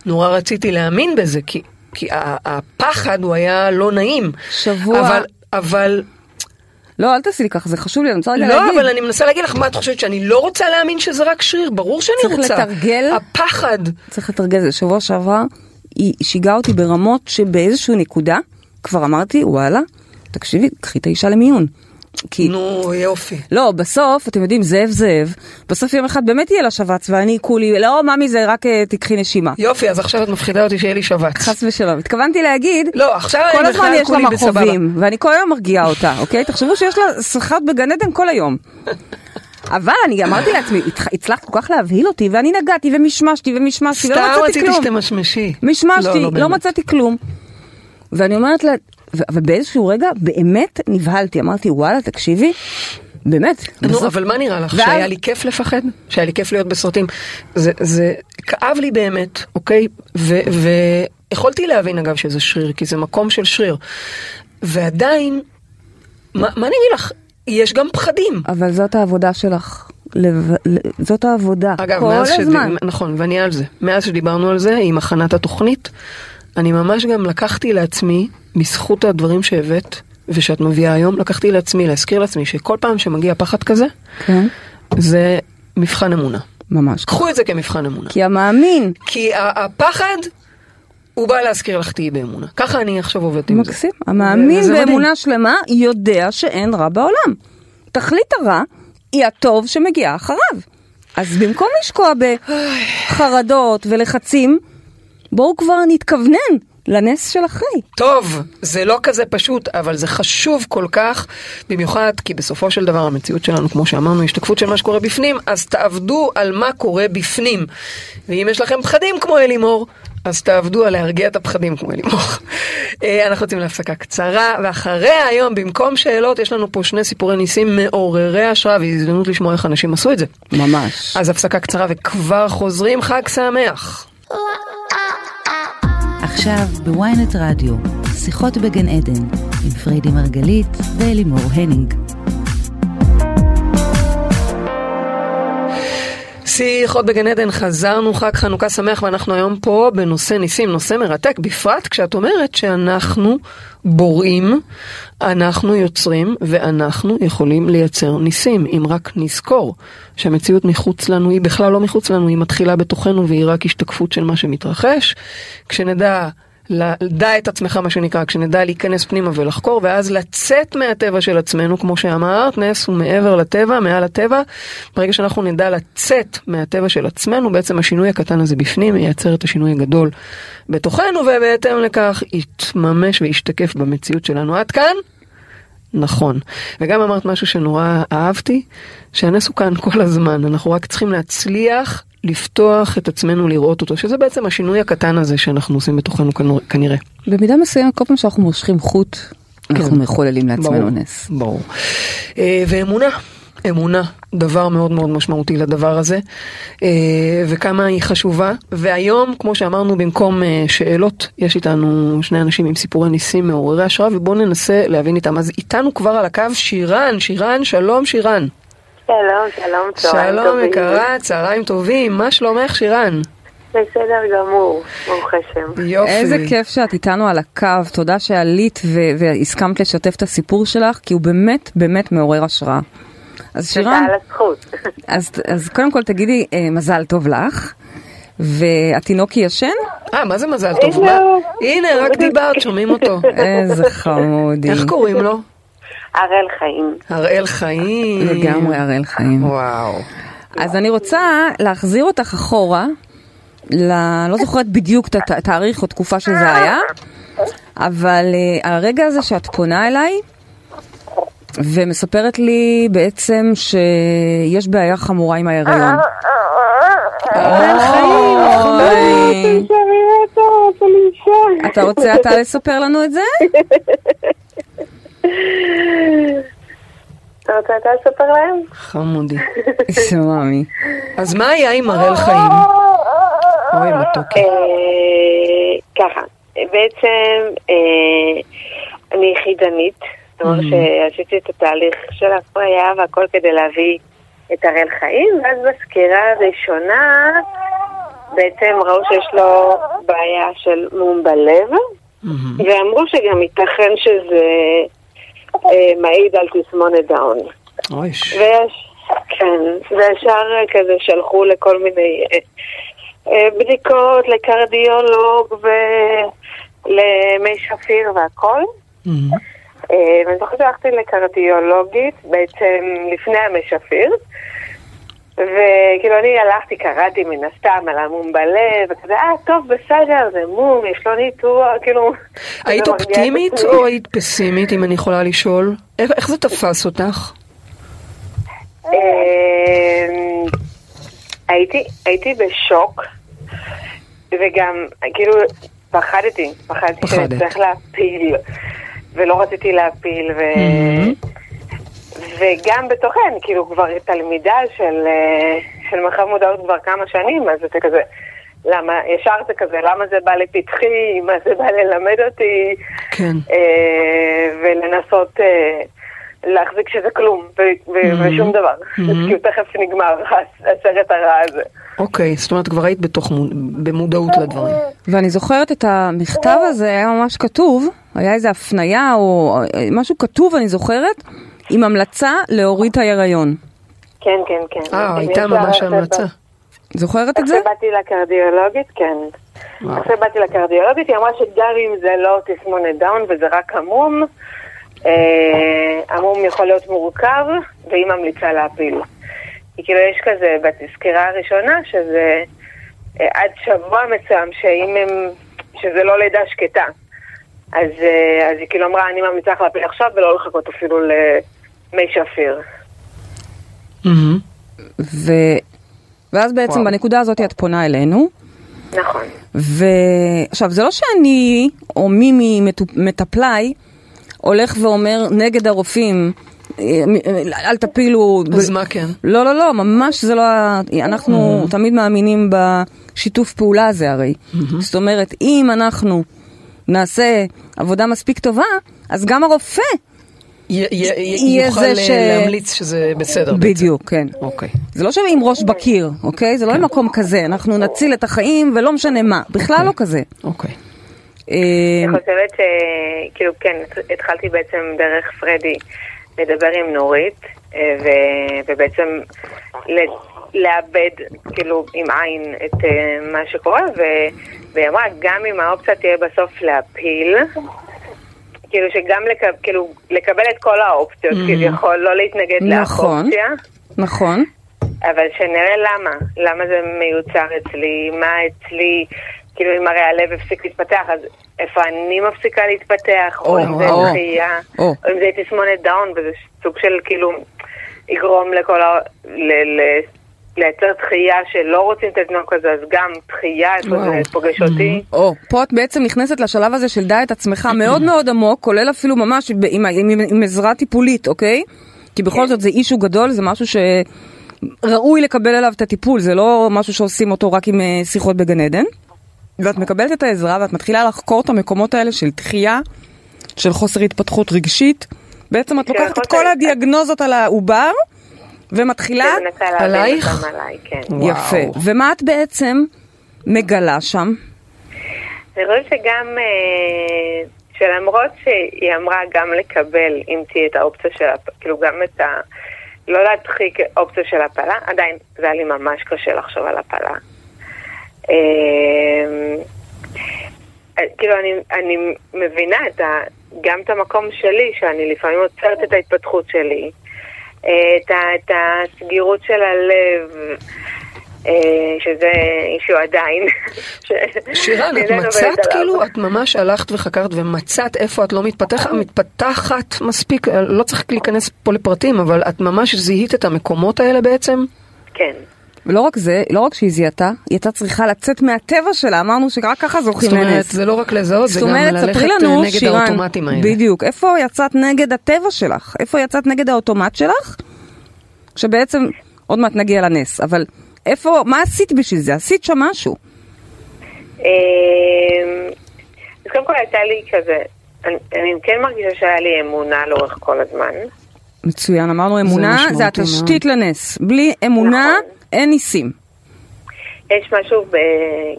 נורא רציתי להאמין בזה, כי, כי ה- הפחד הוא היה לא נעים. שבוע. אבל, אבל, לא, אל תעשי לי ככה, זה חשוב לי, אני רוצה רגע לא, להגיד. אבל אני מנסה להגיד לך, מה את חושבת, שאני לא רוצה להאמין שזה רק שריר? ברור שאני צריך רוצה. לתרגל. הפחד. צריך לתרגל את זה. שבוע שעבר היא שיגעה אותי ברמות שבאיזשהו נקודה כבר אמרתי, וואלה, תקשיבי, קחי את האישה למיון. כי... נו, יופי. לא, בסוף, אתם יודעים, זאב זאב, בסוף יום אחד באמת יהיה לה שבץ, ואני כולי, לא, ממי זה, רק אה, תיקחי נשימה. יופי, אז עכשיו את מפחידה אותי שיהיה לי שבץ. חס ושלום. התכוונתי להגיד, לא, עכשיו כל אני הזמן בכלל יש לה כולי בסבבה. מכאובים, ואני כל היום מרגיעה אותה, אוקיי? תחשבו שיש לה סכרת בגן עדן כל היום. אבל אני אמרתי לעצמי, "התח- הצלחת כל כך להבהיל אותי, ואני נגעתי ומשמשתי ומשמשתי, ולא סתם לא מצאתי רציתי כלום. שתמשמשי. משמשתי, לא, באמת. לא מצאתי כלום. ואני אומרת לה, ו- אבל באיזשהו רגע באמת נבהלתי, אמרתי וואלה תקשיבי, באמת. בסוף- נו, אבל מה נראה לך? ואז- שהיה לי כיף לפחד? שהיה לי כיף להיות בסרטים? זה- זה כאב לי באמת, אוקיי? ו- ויכולתי להבין אגב שזה שריר, כי זה מקום של שריר. ועדיין, מה מה אני אגיד לך? יש גם פחדים. אבל זאת העבודה שלך, לב... ל- זאת העבודה, אגב, כל מאז הזמן. שד... נכון, ואני על זה. מאז שדיברנו על זה, עם הכנת התוכנית, אני ממש גם לקחתי לעצמי, בזכות הדברים שהבאת, ושאת מביאה היום, לקחתי לעצמי, להזכיר לעצמי, שכל פעם שמגיע פחד כזה, כן, זה מבחן אמונה. ממש. קחו את זה כמבחן אמונה. כי המאמין, כי ה- הפחד, הוא בא להזכיר לך תהיי באמונה. ככה אני עכשיו עובדת עם זה. מקסים, המאמין וזה מדהים. באמונה שלמה יודע שאין רע בעולם. תכלית הרע היא הטוב שמגיע אחריו. אז במקום לשקוע בחרדות ולחצים, בואו כבר נתכוונן לנס של אחרי. טוב, זה לא כזה פשוט, אבל זה חשוב כל כך, במיוחד כי בסופו של דבר המציאות שלנו, כמו שאמרנו, היא השתקפות של מה שקורה בפנים, אז תעבדו על מה קורה בפנים. ואם יש לכם פחדים כמו אלימור, אז תעבדו על להרגיע את הפחדים כמו לימור. אה, אנחנו יוצאים להפסקה קצרה, ואחריה היום, במקום שאלות, יש לנו פה שני סיפורי ניסים מעוררי השראה, והזדמנות לשמוע איך אנשים עשו את זה. ממש. אז הפסקה קצרה וכבר חוזרים, חג שמח. עכשיו בוויינט רדיו, שיחות בגן עדן, עם פריידי מרגלית ואלימור הנינג. שיחות בגן עדן, חזרנו חג חנוכה שמח ואנחנו היום פה בנושא ניסים, נושא מרתק, בפרט כשאת אומרת שאנחנו בוראים, אנחנו יוצרים ואנחנו יכולים לייצר ניסים, אם רק נזכור שהמציאות מחוץ לנו היא בכלל לא מחוץ לנו, היא מתחילה בתוכנו והיא רק השתקפות של מה שמתרחש. כשנדע ל- דע את עצמך מה שנקרא, כשנדע להיכנס פנימה ולחקור, ואז לצאת מהטבע של עצמנו, כמו שאמרת, נס הוא מעבר לטבע, מעל הטבע. ברגע שאנחנו נדע לצאת מהטבע של עצמנו, בעצם השינוי הקטן הזה בפנים ייצר את השינוי הגדול בתוכנו, ובהתאם לכך יתממש וישתקף במציאות שלנו. עד כאן? נכון. וגם אמרת משהו שנורא אהבתי, שהנס הוא כאן כל הזמן, אנחנו רק צריכים להצליח לפתוח את עצמנו לראות אותו, שזה בעצם השינוי הקטן הזה שאנחנו עושים בתוכנו כנור- כנראה. במידה מסוימת, כל פעם שאנחנו מושכים חוט, אנחנו כן. מחוללים ברור, לעצמנו נס. ברור. אה, ואמונה, אמונה, דבר מאוד מאוד משמעותי לדבר הזה, אה, וכמה היא חשובה. והיום, כמו שאמרנו, במקום אה, שאלות, יש איתנו שני אנשים עם סיפורי ניסים מעוררי השראה, ובואו ננסה להבין איתם. אז איתנו כבר על הקו שירן, שירן, שלום שירן. שלום, שלום, צהריים שלום טובים. יקרה, צהריים טובים, מה שלומך שירן? בסדר גמור, ברוך השם. יופי. איזה כיף שאת איתנו על הקו, תודה שעלית ו- והסכמת לשתף את הסיפור שלך, כי הוא באמת באמת מעורר השראה. אז תודה שירן, על הזכות. אז, אז קודם כל תגידי אה, מזל טוב לך, והתינוק ישן? אה, מה זה מזל טוב? מה? הנה, רק דיברת, שומעים אותו. איזה חמודי. איך קוראים לו? הראל חיים. הראל חיים. לגמרי הראל חיים. וואו. אז אני רוצה להחזיר אותך אחורה, ל... לא זוכרת בדיוק את הת- התאריך או תקופה שזה היה, אבל אה, הרגע הזה שאת פונה אליי ומספרת לי בעצם שיש בעיה חמורה עם ההיריון. אה. אוי. אתה רוצה אתה לספר לנו את זה? אתה רוצה אתה לספר להם? חמודי. שמעמי. אז מה היה עם הראל חיים? אוי, מתוק. אוקיי. אה, ככה, בעצם אה, אני יחידנית, זאת אומרת שעשיתי את התהליך של הפריה והכל כדי להביא את הראל חיים, ואז בסקירה הראשונה בעצם ראו שיש לו בעיה של מום בלב, מהמם. ואמרו שגם ייתכן שזה אה, מעיד על תסמונת דאון. אוי, ש- ויש, כן, וישר אה, כזה שלחו לכל מיני אה, אה, בדיקות, לקרדיולוג ולמי שפיר והכל. מהמם. אה, ואני זוכרת שהלכתי לקרדיולוגית, בעצם לפני המי שפיר. וכאילו אני הלכתי, קראתי מן הסתם על המום בלב, וכזה, אה, טוב, בסדר, זה מום, יש לו ניתוח, כאילו... היית כזה מרגיעה את אופטימית עצמי. או היית פסימית, אם אני יכולה לשאול? איך איך זה תפס אותך? אמ, הייתי, הייתי בשוק, וגם, כאילו, פחדתי, פחדתי פחדת. שצריך להפיל, ולא רציתי להפיל, ו... מהמם. וגם בתוכן, כאילו, כבר תלמידה של, אה, של מרחב מודעות כבר כמה שנים, אז זה כזה, למה, ישר זה כזה, למה זה בא לפתחי, מה זה בא ללמד אותי, כן. אה, ולנסות אה, להחזיק שזה כלום, ו- ו- Mhm. ושום דבר. Mhm. כי הוא תכף נגמר הס- הסרט הרע הזה. אוקיי, זאת אומרת, כבר היית בתוך מוד- במודעות לדברים. ואני זוכרת את המכתב הזה, היה ממש כתוב, היה איזו הפנייה או אה, משהו כתוב, אני זוכרת, עם המלצה להוריד את ההיריון. כן, כן, כן. אה, אם הייתה יש ממש לה- המלצה. זוכרת את זה? אחרי באתי לקרדיולוגית, כן. וואו. אחרי באתי לקרדיולוגית, היא אמרה שגם אם זה לא תסמונת דאון וזה רק המום, אה, המום יכול להיות מורכב, והיא ממליצה להפיל. כי כאילו יש כזה בסקירה הראשונה, שזה אה, עד שבוע מסוים, שאם הם, שזה לא לידה שקטה. אז, אה, אז היא כאילו אמרה, אני ממליצה לך להפיל עכשיו ולא לחכות אפילו למי שפיר. מהמם. ו... ואז בעצם וואו. בנקודה הזאת את פונה אלינו, נכון. ועכשיו, זה לא שאני או מימי מטופ- מטפליי הולך ואומר נגד הרופאים, אה, מ- אה, אל תפילו. אז מה כן? לא, לא, לא, ממש זה לא... ה- אה. אנחנו תמיד מאמינים בשיתוף פעולה הזה הרי. זאת אומרת, אם אנחנו נעשה עבודה מספיק טובה, אז גם הרופא י- י- י- יהיה יוכל זה ל- ש- להמליץ שזה בסדר בעצם. בדיוק, כן. אוקיי. זה לא שעם ראש בקיר, אוקיי? זה לא כן. ממקום כזה, אנחנו נציל את החיים ולא משנה מה, בכלל לא כזה. אוקיי. אה, אני חושבת שכאילו כן, התחלתי בעצם דרך פרדי לדבר עם נורית, אה, ו... ובעצם ל- לאבד כאילו עם עין את אה, מה שקורה, ו... והיא אמרה, גם אם האופציה תהיה בסוף להפיל, כאילו שגם לקב... כאילו, לקבל את כל האופציות, כביכול, לא להתנגד לאף נכון. אופציה. נכון. אבל שנראה למה, למה זה מיוצר אצלי, מה אצלי, כאילו אם הרי הלב הפסיק להתפתח, אז איפה אני מפסיקה להתפתח, או, או, אם זה או, דחייה, או. או. אם זה תסמונת דאון, וזה סוג של כאילו יגרום לכל ה... ל- ל- לייצר דחייה שלא רוצים את התינוק הזה, אז גם דחייה, איפה וואו. Mm. זה פוגש אותי. או, פה את בעצם נכנסת לשלב הזה של דע את עצמך מאוד מאוד עמוק, כולל אפילו ממש ב- עם, ה- עם, עם עזרה טיפולית, אוקיי? כי בכל זאת זה אישו גדול, זה משהו שראוי לקבל עליו את הטיפול, זה לא משהו שעושים אותו רק עם אה, שיחות בגן עדן. ואת מקבלת את העזרה ואת מתחילה לחקור את המקומות האלה של דחייה, של חוסר התפתחות רגשית. בעצם את של לוקחת את חוסר- כל הדיאגנוזות על העובר ומתחילה... ומנסה להבין עלייך? אותם עליי, כן. וואו. יפה. ומה את בעצם מגלה שם? אני חושבת שגם, אה, שלמרות שהיא אמרה גם לקבל, אם תהיה את האופציה של, הפ- כאילו גם את ה... לא להדחיק אופציה של הפלה, עדיין זה היה לי ממש קשה לחשוב על הפלה. אה, אה, כאילו, אני, אני מבינה את ה, גם את המקום שלי, שאני לפעמים עוצרת את ההתפתחות שלי, אה, את, ה, את הסגירות של הלב, אה, שזה אישו עדיין. ש- שירן, את אני עדיין מצאת עובדת עליו. כאילו, את ממש הלכת וחקרת ומצאת איפה את לא נכון. מתפתח- מתפתחת מספיק, אה, לא צריך להיכנס פה לפרטים, אבל את ממש זיהית את המקומות האלה בעצם? כן. ולא רק זה, לא רק שהיא זיהתה, היא הייתה צריכה לצאת מהטבע שלה, אמרנו שרק ככה זוכים זאת אומרת, לנס. זה לא רק לזהות, זה זאת גם אומרת, ללכת ספרי אה, לנו, נגד שירן, האוטומטים האלה. בדיוק, איפה יצאת נגד הטבע שלך? איפה יצאת נגד האוטומט שלך? שבעצם, עוד מעט נגיע לנס, אבל איפה, מה עשית בשביל זה? עשית שם משהו. אמ, אז קודם כל הייתה לי כזה, אני, אני כן מרגישה שהיה לי אמונה לאורך כל הזמן. מצוין, אמרנו אמונה, זה, משמעותי התשתית לנס. בלי אמונה, נכון. אין ניסים. יש משהו ב,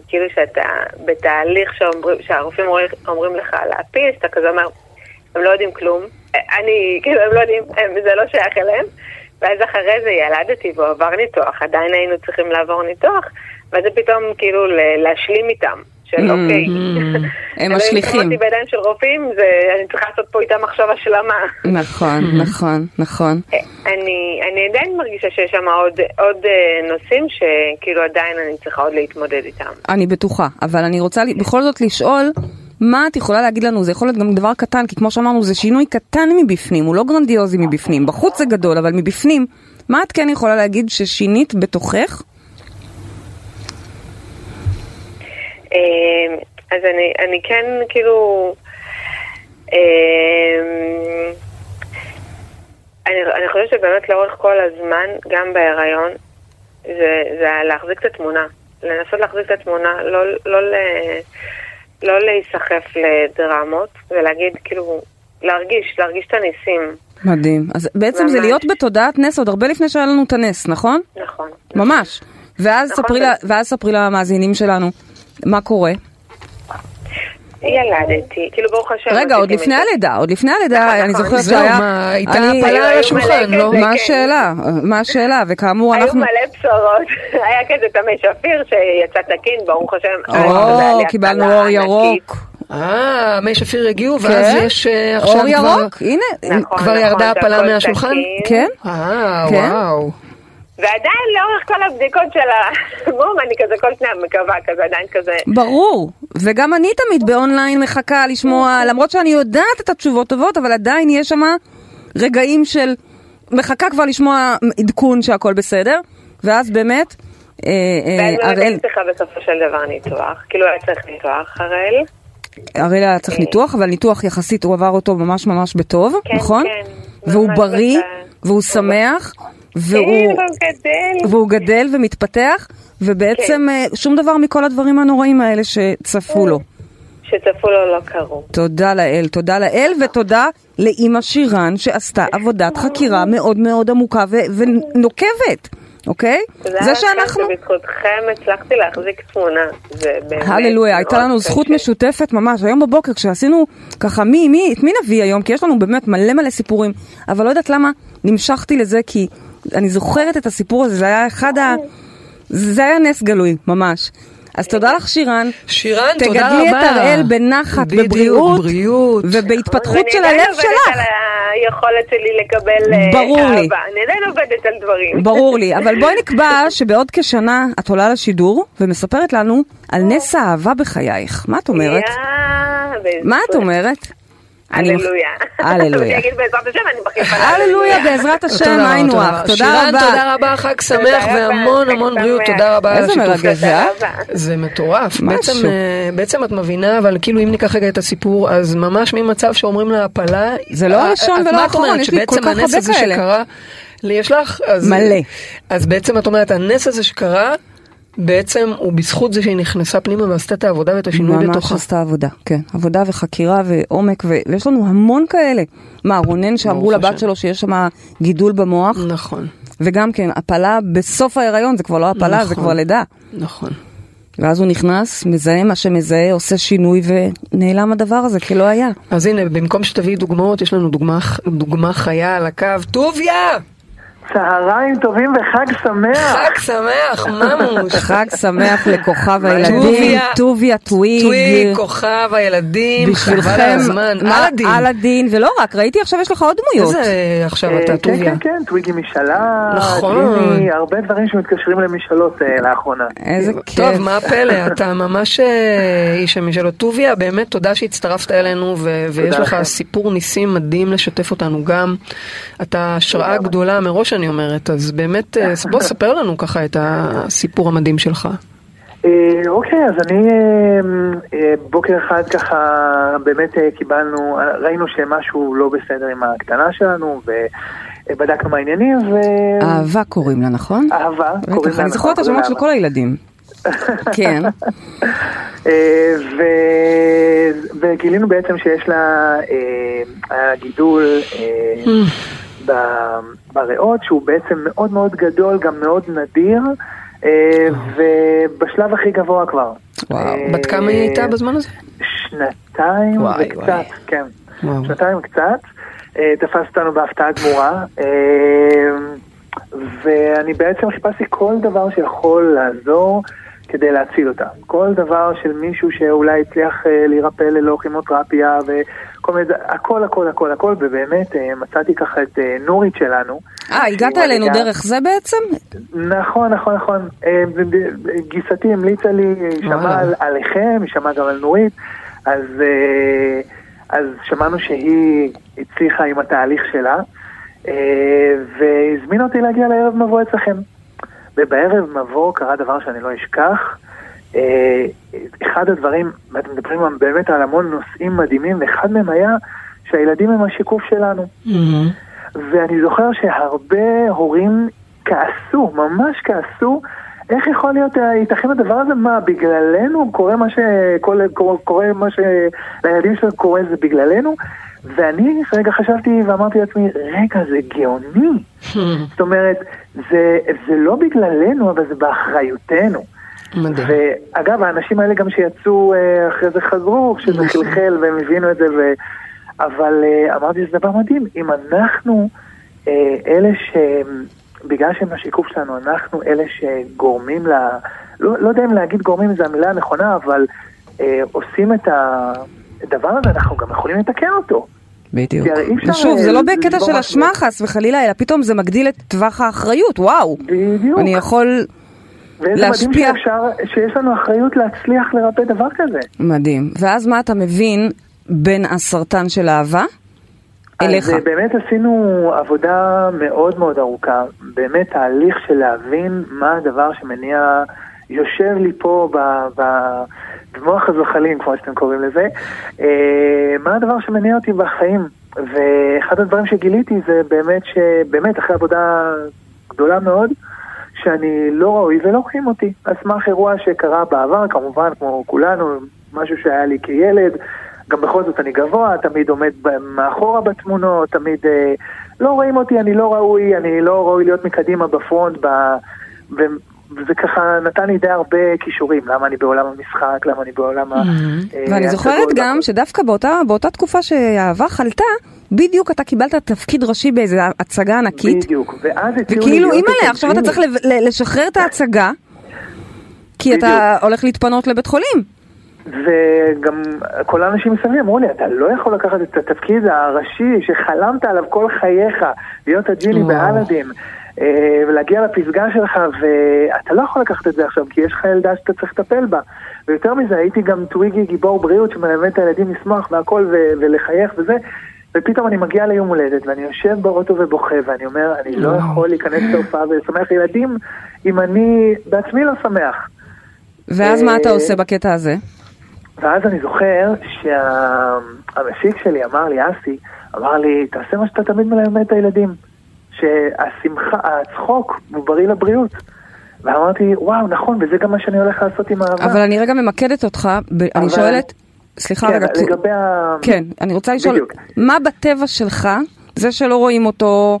כאילו שאתה בתהליך שאומרים, שהרופאים אומרים, אומרים לך להפיל, שאתה כזה אומר, הם לא יודעים כלום. אני, כאילו, הם לא יודעים, הם, זה לא שייך אליהם. ואז אחרי זה ילדתי והוא עבר ניתוח, עדיין היינו צריכים לעבור ניתוח, ואז זה פתאום כאילו ל- להשלים איתם, של אוקיי. Mm. הם אלוהים שם משליכים. אותי בידיים של רופאים, זה- אני צריכה לעשות פה איתם עכשיו השלמה. נכון, נכון, נכון. אני, אני עדיין מרגישה שיש שם עוד, עוד אה, נושאים שכאילו עדיין אני צריכה עוד להתמודד איתם. אני בטוחה, אבל אני רוצה לי- בכל זאת לשאול, מה את יכולה להגיד לנו? זה יכול להיות גם דבר קטן, כי כמו שאמרנו, זה שינוי קטן מבפנים, הוא לא גרנדיוזי מבפנים. בחוץ זה גדול, אבל מבפנים, מה את כן יכולה להגיד ששינית בתוכך? אה, אז אני, אני כן כאילו... אמ, אה, אני, אני חושבת שבאמת לאורך כל הזמן, גם בהיריון, זה, זה להחזיק את התמונה. לנסות להחזיק את התמונה, לא, לא, ל, לא להיסחף לדרמות, ולהגיד כאילו, להרגיש, להרגיש את הניסים. מדהים. אז בעצם זה ממש. להיות בתודעת נס עוד הרבה לפני שהיה לנו את הנס, נכון? נכון. ממש. ואז נכון. כן, ספרי לה- ואז ספרי למאזינים שלנו מה קורה. ילדתי, כאילו ברוך השם. רגע, עשיתי עוד לפני מזה. הלידה, עוד לפני הלידה, נכון, אני נכון. זוכרת זהו, שהיה... מה, הייתה אני- הפלה על היו השולחן, מלא לא? כזה. מה כן. השאלה? מה השאלה? וכאמור, היו אנחנו... מלא בשורות, היה כזה תמי שפיר שיצא תקין, ברוך השם. או, אה, היה לי אה, קיבלנו הצלה אור ענקית. ירוק. אה, מי שפיר הגיעו, ואז יש אה, עכשיו כן. אור כבר... ירוק, הנה. כן? נכון, כבר נכון, ירדה זה הפלה הכל מהשולחן? תקין. כן? אה, כן? וואו. ועדיין לאורך כל הבדיקות של המום, אני כזה כל שניה מקווה, כזה עדיין כזה. ברור, וגם אני תמיד באונליין מחכה לשמוע, אוקיי. למרות שאני יודעת את התשובות טובות, אבל עדיין יש שם רגעים של מחכה כבר לשמוע עדכון שהכל בסדר, ואז באמת אה, ואז אה, באמת הראל, יש לך בסופו של דבר ניתוח, כאילו היה צריך ניתוח, הראל. הראל היה צריך אה. ניתוח, אבל ניתוח יחסית הוא עבר אותו ממש ממש בטוב, כן, נכון? כן, והוא ממש בריא, בטוב. והוא שמח, והוא... כן, הוא גדל. והוא גדל ומתפתח, ובעצם אה, שום דבר מכל הדברים הנוראים האלה שצפו לו. שצפו לו לא קרו. תודה לאל, תודה לאל, ותודה לאימא שירן שעשתה עבודת חקירה מאוד מאוד עמוקה ו- ונוקבת, אוקיי? זה שאנחנו... בזכותכם הצלחתי להחזיק תמונה. זה באמת... אוקיי. הללויה, הייתה מאוד לנו זכות קשה. משותפת ממש. היום בבוקר כשעשינו ככה מי, מי, את מי נביא היום? כי יש לנו באמת מלא מלא סיפורים. אבל לא יודעת למה נמשכתי לזה, כי אני זוכרת את הסיפור הזה, זה היה אחד ה... זה היה נס גלוי, ממש. אז תודה לך שירן. שירן, תודה רבה. תגדלי את הראל בנחת, בדיוק, בבריאות, בריאות. ובהתפתחות של ואני הלב עדיין עובדת על שלך. היכולת שלי לקבל אה, ברור לי. אהבה. אני עדיין עובדת על דברים. ברור לי, אבל בואי נקבע שבעוד כשנה את עולה לשידור ומספרת לנו על נס האהבה בחייך. מה את אומרת? יא, בזכות- מה את אומרת? אני- הללויה. הללויה. אה, אני אגיד בעזרת השם, אני מחליפה הללויה, בעזרת השם, היינו אך. תודה רבה. שירן, תודה רבה, חג שמח רבה, והמון חג המון שמח. בריאות, תודה רבה על איזה השיתוף. מרגש זה, אה? תודה רבה. זה מטורף. משהו. בעצם, אה, בעצם את מבינה, אבל כאילו אם ניקח רגע את הסיפור, אז ממש ממצב שאומרים לה הפלה... זה לא אה, הראשון את- ולא מה את האחרון, אומרת, יש לי כל שבעצם כך הנס הרבה הזה כאלה. שקרה- לי יש לך? אז- מלא. אז בעצם את אומרת, הנס הזה שקרה, בעצם הוא בזכות זה שהיא נכנסה פנימה ועשתה את העבודה ואת השינוי ממש בתוכה. עשתה עבודה, כן. עבודה וחקירה ועומק, ו- ויש לנו המון כאלה. מה, רונן שאמרו ברוך לבת השם. שלו שיש שם גידול במוח, נכון, וגם כן, הפלה בסוף ההיריון, זה כבר לא הפלה, זה נכון. כבר לידה. נכון. ואז הוא נכנס, מזהה מה שמזהה, עושה שינוי, ונעלם הדבר הזה, כי לא היה. אז הנה, במקום שתביאי דוגמאות, יש לנו דוגמה, דוגמה חיה על הקו. טוביה! צהריים טובים וחג שמח. חג שמח, ממוש. חג שמח לכוכב הילדים, טוביה. טוביה טוויג, טוויג. כוכב הילדים, חבל על בשבילכם, הזמן. מה- אלאדין. על הדין, ולא רק, ראיתי עכשיו יש לך עוד דמויות. איזה עכשיו אה, אתה, כן, טוביה? כן, כן, טוויגי משאלה, נכון. גיני, הרבה דברים שמתקשרים למשאלות אה, לאחרונה. איזה כיף. טוב, מה הפלא, אתה ממש אה, איש המשאלות. טוביה, באמת תודה שהצטרפת אלינו, ו- ויש לך לכם. סיפור ניסים מדהים לשתף אותנו גם. אתה השראה גדולה מראש, אני אומרת, אז באמת, אה, בוא ספר לנו ככה את הסיפור המדהים שלך. אה, אוקיי, אז אני אה, אה, בוקר אחד ככה באמת אה, קיבלנו, אה, ראינו שמשהו לא בסדר עם הקטנה שלנו ובדקנו מה העניינים ו... אהבה קוראים לה, נכון? אהבה, קוראים בטח, לה, אני נכון, זוכרת את קוראים השמות לה של אהבה. כל הילדים. כן, אה, ו- וגילינו בעצם שיש לה אה, היה גידול אה, ב- בריאות שהוא בעצם מאוד מאוד גדול, גם מאוד נדיר, אה, ובשלב הכי גבוה כבר. וואו. אה, בת כמה היא הייתה בזמן הזה? שנתיים וואי, וקצת, וואי. כן. וואו. שנתיים קצת. אה, תפס אותנו בהפתעה גמורה. אה, ואני בעצם חיפשתי כל דבר שיכול לעזור כדי להציל אותה. כל דבר של מישהו שאולי הצליח אה, להירפא ללא כימותרפיה וכל מיני, זה- הכל הכל הכל הכל, ובאמת אה, מצאתי ככה את אה, נורית שלנו. אה, הגעת שהיא אלינו מדאיגה. דרך זה בעצם? נכון, נכון, נכון. אה, ב- ב- גיסתי המליצה לי, היא וואלה. שמעה על, עליכם, היא שמעה גם על נורית, אז, אה, אז שמענו שהיא הצליחה עם התהליך שלה, אה, והזמינה אותי להגיע לערב מבוא אצלכם. ובערב מבוא קרה דבר שאני לא אשכח. אה, אחד הדברים, אתם מדברים באמת על המון נושאים מדהימים, ואחד מהם היה שהילדים הם השיקוף שלנו. ואני זוכר שהרבה הורים כעסו, ממש כעסו, איך יכול להיות, אה, ייתכן הדבר הזה, מה, בגללנו קורה מה ש... כל... קורה, קורה מה ש... לילדים שלנו קורה זה בגללנו? ואני רגע חשבתי ואמרתי לעצמי, רגע, זה גאוני. זאת אומרת, זה, זה לא בגללנו, אבל זה באחריותנו. מדהים. ואגב, האנשים האלה גם שיצאו אה, אחרי זה חזרו, שזה נכון. חלחל והם הבינו את זה, ו... אבל אה, אמרתי, זה דבר מדהים, אם אנחנו אה, אלה ש... בגלל שהם השיקוף שלנו, אנחנו אלה שגורמים ל... לא, לא יודע אם להגיד גורמים זו המילה הנכונה, אבל אה, עושים את הדבר הזה, אנחנו גם יכולים לתקן אותו. בדיוק. כי הרי אי אפשר, שוב, זה אה, לא בקטע לסגור של משהו. אשמה חס וחלילה, אלא פתאום זה מגדיל את טווח האחריות, וואו. בדיוק. אני יכול... ואיזה מדהים להשפיע. שאפשר, שיש לנו אחריות להצליח לרפא דבר כזה. מדהים. ואז מה אתה מבין בין הסרטן של אהבה? אליך. אז אה, באמת עשינו עבודה מאוד מאוד ארוכה, באמת תהליך של להבין מה הדבר שמניע, יושב לי פה ב- ב- במוח הזוחלים, כמו שאתם קוראים לזה, אה, מה הדבר שמניע אותי בחיים. ואחד הדברים שגיליתי זה באמת שבאמת אחרי עבודה גדולה מאוד, שאני לא ראוי ולא רואים אותי. על סמך אירוע שקרה בעבר, כמובן, כמו כולנו, משהו שהיה לי כילד. גם בכל זאת אני גבוה, תמיד עומד ב- מאחורה בתמונות, תמיד אה, לא רואים אותי, אני לא ראוי, אני לא ראוי להיות מקדימה בפרונט, ב, ו, וזה ככה נתן לי די הרבה כישורים, למה אני בעולם המשחק, למה אני בעולם ה... אה, ואני זוכרת הצגות, גם שדווקא באותה, באותה תקופה שהאהבה חלתה, בדיוק אתה קיבלת תפקיד ראשי באיזו הצגה ענקית, בדיוק, ואז הציעו לי וכאילו להיות אימא'לה, עכשיו אתה אינטנסיבי. צריך לב- ל- לשחרר את ההצגה, כי אתה הולך להתפנות לבית חולים. וגם כל האנשים מסביב אמרו לי, אתה לא יכול לקחת את התפקיד הראשי שחלמת עליו כל חייך, להיות הג'יני וואו. באלאדין, אה, ולהגיע לפסגה שלך, ואתה לא יכול לקחת את זה עכשיו, כי יש לך ילדה שאתה צריך לטפל בה. ויותר מזה, הייתי גם טוויגי גיבור בריאות שמלמד את הילדים לשמוח והכל ו- ולחייך וזה. ופתאום אני מגיע ליום הולדת, ואני יושב באוטו ובוכה, ואני אומר, אני לא יכול להיכנס להופעה ולשמח ילדים אם אני בעצמי לא שמח. ואז מה אתה אה, עושה בקטע הזה? ואז אני זוכר שהמפיק שלי אמר לי, אסי, אמר לי, תעשה מה שאתה תמיד מלמד את הילדים, שהשמחה, הצחוק הוא בריא לבריאות. ואמרתי, וואו, נכון, וזה גם מה שאני הולך לעשות עם האהבה. אבל אני רגע ממקדת אותך, ב- אני אבל- שואלת, סליחה כן, רגע, כי- לגבי ה... כן, אני רוצה לשאול, בדיוק. מה בטבע שלך, זה שלא רואים אותו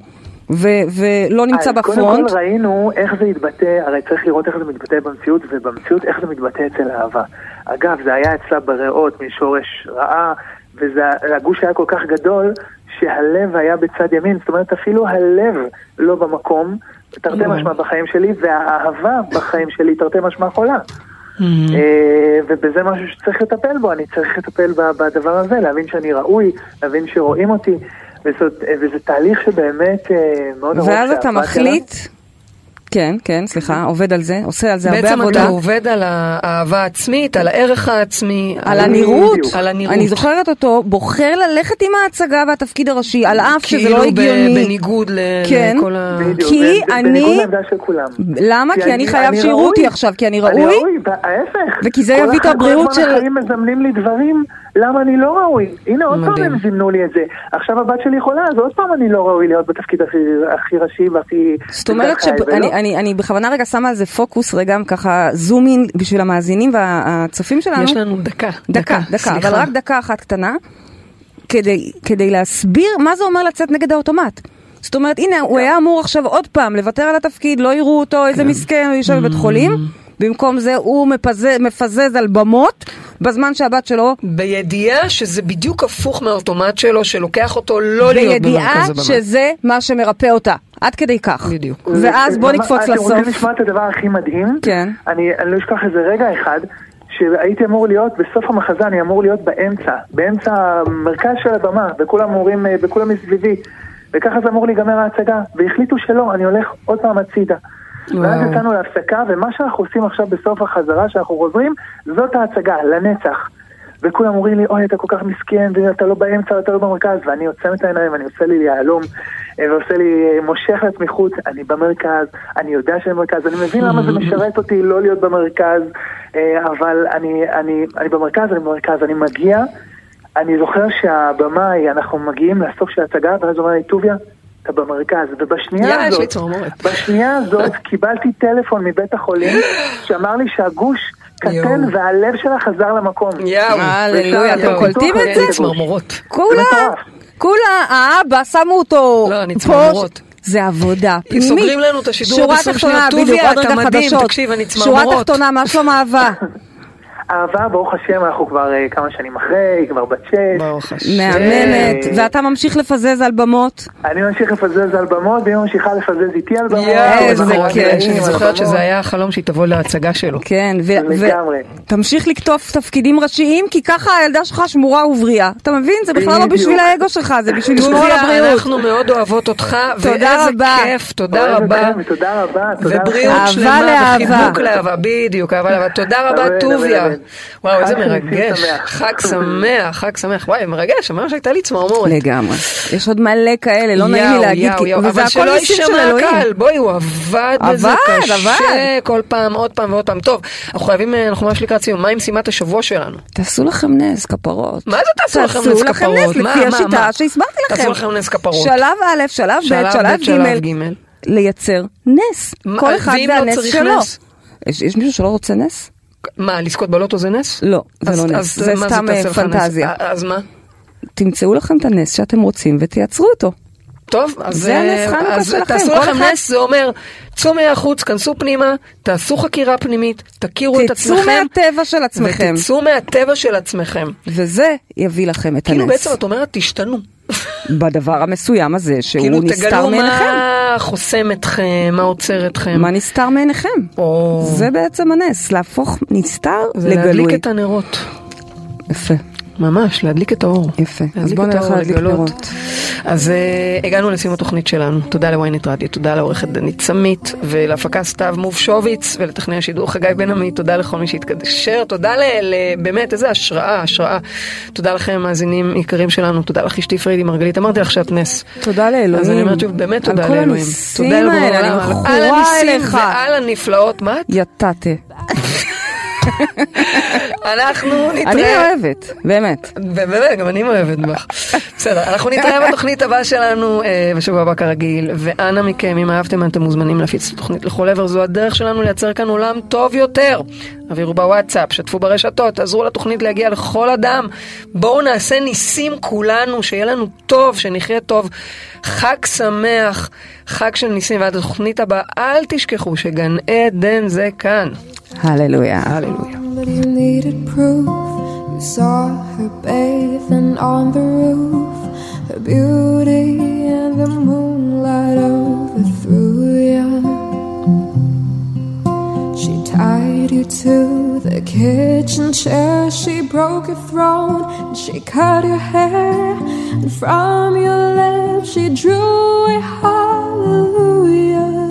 ו- ולא נמצא אז בפרונט, קודם כל ראינו איך זה התבטא, הרי צריך לראות איך זה מתבטא במציאות, ובמציאות איך זה מתבטא אצל אהבה. אגב, זה היה אצלה בריאות משורש רעה, והגוש היה כל כך גדול, שהלב היה בצד ימין, זאת אומרת אפילו הלב לא במקום, תרתי נכון. משמע בחיים שלי, והאהבה בחיים שלי תרתי משמע חולה. Mm. Mm-hmm. אה, ובזה משהו שצריך לטפל בו, אני צריך לטפל ב- בדבר הזה, להבין שאני ראוי, להבין שרואים אותי, וזאת- אה, וזה תהליך שבאמת אה, מאוד ארוך. ואז אתה שעברתי מחליט, כן, כן, סליחה, עובד על זה, עושה על זה הרבה בעצם אתה עבודה. עובד על האהבה העצמית, על הערך העצמי, על הנראות, בדיוק. על הנראות. אני זוכרת אותו בוחר ללכת עם ההצגה והתפקיד הראשי, על אף שזה כאילו לא ב- הגיוני. בניגוד ל- כן. לכל עליו. ה... בדיוק, כי וזה- זה אני- בניגוד לעמדה של כולם. למה? כי אני חייב שיראו אותי ראוי. עכשיו, כי אני אני ראוי. ראוי, ההפך. וכי זה כל יביא את אחד- כל הבריאות הזמן של- החיים מזמנים לי דברים, למה אני לא ראוי? הנה עוד פעם מדהים. הם זימנו לי את זה. עכשיו הבת שלי חולה, אז עוד פעם אני לא ראוי להיות בתפקיד הכי- הכי ראשי והכי... זאת אומרת חי, ולא. שאני אני, אני בכוונה רגע שמה על זה פוקוס, רגע ככה זום אין בשביל המאזינים והצופים שלנו. יש לנו דקה. דקה, דקה, אבל סליחה. רק דקה אחת קטנה, כדי, כדי להסביר מה זה אומר לצאת נגד האוטומט. זאת אומרת, הנה, הוא היה אמור עכשיו עוד פעם לוותר על התפקיד, לא יראו אותו, כן. איזה מסכן, הוא יושב בבית חולים. Mm. במקום זה הוא מפזז, מפזז על במות, בזמן שהבת שלו, בידיעה שזה בדיוק הפוך מהאוטומט שלו, שלוקח אותו לא להיות בידיעה במרכז הבמה. שזה מה שמרפא אותה. עד כדי כך. בדיוק. אה, ואז בוא ממש- נקפוץ אתם רוצים לסוף. לשמוע את הדבר הכי מדהים? כן. אני אני לא אשכח איזה רגע אחד, שהייתי אמור להיות, בסוף המחזה אני אמור להיות באמצע, באמצע המרכז של הבמה, וכולם אומרים, אה, וכולם מסביבי. וככה זה אמור להיגמר ההצגה, והחליטו שלא, אני הולך עוד פעם הצידה. ואז וואו. יצאנו להפסקה, ומה שאנחנו עושים עכשיו בסוף החזרה שאנחנו חוזרים, זאת ההצגה, לנצח. וכולם אומרים לי, אוי, אתה כל כך מסכן, ואתה לא באמצע, אתה לא במרכז, ואני עוצם את העיניים, אני עושה לי יהלום, אה, ועושה לי, אה, מושך לעצמי חוץ, אני במרכז, אני יודע שאני במרכז, אני מבין למה זה משרת אותי לא להיות במרכז, אה, אבל אני, אני, אני במרכז, אני במרכז, אני מגיע, אני זוכר שהבמאי, אנחנו מגיעים לסוף של ההצגה, ואז הוא אומר לי, טוביה, אתה במרכז, ובשנייה יאללה, יש לי הזאת, צמרמורת. בשנייה הזאת קיבלתי טלפון מבית החולים שאמר לי שהגוש קטן יואו. והלב שלה חזר למקום. יאו. הללויה, אתם יואו. קולטים קודם את זה? כל, צמרמורות. כולה, מטורף. כולה, האבא, שמו אותו לא, אני פה. צמרמורות. זה עבודה פנימית. סוגרים לנו את השידור שורה בעשרים תחתונה, שניות. בדיוק, טוביה, עוד אתה רגע מדהים, חדשות. תקשיב, אני שורה צמרמורות. תחתונה, מה שלום אהבה? אהבה, ברוך השם, אנחנו כבר אה, כמה שנים אחרי, היא כבר בת שש. ברוך השם. אה. מהממת. ואתה ממשיך לפזז על במות. אני ממשיך לפזז על במות, והיא ממשיכה לפזז איתי על במות. יואו, איזה נכון, כיף. אני על זוכרת הבמות. שזה היה החלום שהיא תבוא להצגה שלו. כן, ו- ו- לגמרי. תמשיך לקטוף תפקידים ראשיים, כי ככה הילדה שלך שמורה ובריאה. אתה מבין? זה בכלל לא בדיוק. בשביל האגו שלך, זה בשביל לשמור על טוביה, הבריאות. אנחנו מאוד אוהבות אותך, תודה ואיזה רבה. כיף, תודה אוהב רבה. אתכם, תודה רבה, תודה לכם. ובריאות אהבה שלמה, לאהבה. וחיבוק לאהבה, בדיוק, אהבה לאהבה. תודה רבה, אמן, טוביה. אמן, וואו, איזה חג ניסים מרגש. שמח. חג שמח, חג שמח. וואי, מרגש, ממש הייתה לי צמרמורת. לגמרי. יש עוד מלא כאלה, לא נעים לי יאו, להגיד, יאו, כי- יאו, וזה אבל הכל שלא ניסים של יישמע אלוהים. קל, בואי, הוא עבד בזה עבד, קשה עבד. כל פעם, עוד פעם ועוד פעם. טוב, אנחנו חייבים, אה, אנחנו ממש לקראת סיום, מה עם משימת השבוע שלנו? תעשו לכם נס, כפרות. מה זה תעשו לכם נס כפרות? תעשו לכם נס, מה, לפי מה, מה? השיטה שהסברתי לכם. תעשו לכם נס כפרות. שלב א', שלב ב', שלב ב', שלב שלב ג', ג'. לייצר נס. מה, כל אחד ואם זה לא הנס צריך שלו. נס? יש- יש מישהו שלא רוצה נס? מה, לזכות בלוטו זה נס? לא, זה אז- לא נס. אז זה מה סתם, תעשה אה, לך נס? פנטזיה. אה, אז מה? תמצאו לכם את הנס שאתם רוצים ותייצרו אותו. טוב, אז, זה הנס אה, חנוכה אז שלכם, תעשו כל לכם אחד- נס, זה אומר, צאו מהחוץ, כנסו פנימה, תעשו חקירה פנימית, תכירו את תצאו עצמכם. מהטבע של עצמכם. ותצאו מהטבע של עצמכם. וזה יביא לכם את כאילו הנס. בעצם את אומרת, תשתנו. בדבר המסוים הזה כאילו שהוא נסתר תגלו מעיניכם. מה חוסם אתכם, מה עוצר אתכם. מה נסתר מעיניכם? או... זה בעצם הנס, להפוך נסתר זה להדליק לגלוי. את הנרות. יפה. ממש, להדליק את האור. יפה. אז להדליק בוא את נלך האור, להדליק לגלות. נרות. אז uh, הגענו לסיום התוכנית שלנו. תודה לוויינט רדיו, תודה לעורכת דנית סמית, ולהפקה סתיו מובשוביץ, ולטכנאי השידור חגי בן עמי, תודה לכל מי שהתקשר, תודה ל... ל- באמת, איזה השראה, השראה. תודה לכם, מאזינים יקרים שלנו, תודה לך אשתי פרידי מרגלית, אמרתי לך שאת נס. תודה לאלוהים. אז אני אומרת שוב, באמת תודה לאלוהים. על כל הניסים תודה לבורא האלה, עולם, אני על- מכורה על הניסים אליך. ועל הנפלאות, מה את? יתתה. אנחנו נתראה. אני אוהבת, באמת. באמת, גם אני מאוהבת בך. בסדר, אנחנו נתראה בתוכנית הבאה שלנו אה, בשבוע הבא כרגיל, ואנא מכם, אם אהבתם, אתם מוזמנים להפיץ את התוכנית לכל עבר, זו הדרך שלנו לייצר כאן עולם טוב יותר. העבירו בוואטסאפ, שתפו ברשתות, עזרו לתוכנית להגיע לכל אדם. בואו נעשה ניסים כולנו, שיהיה לנו טוב, שנחיה טוב. חג שמח, חג של ניסים, ועד התוכנית הבאה, אל תשכחו שגן עדן זה כאן. הללויה. הללויה. But you needed proof. You saw her bathing on the roof. Her beauty and the moonlight overthrew you. She tied you to the kitchen chair. She broke your throne and she cut your hair. And from your lips she drew a hallelujah.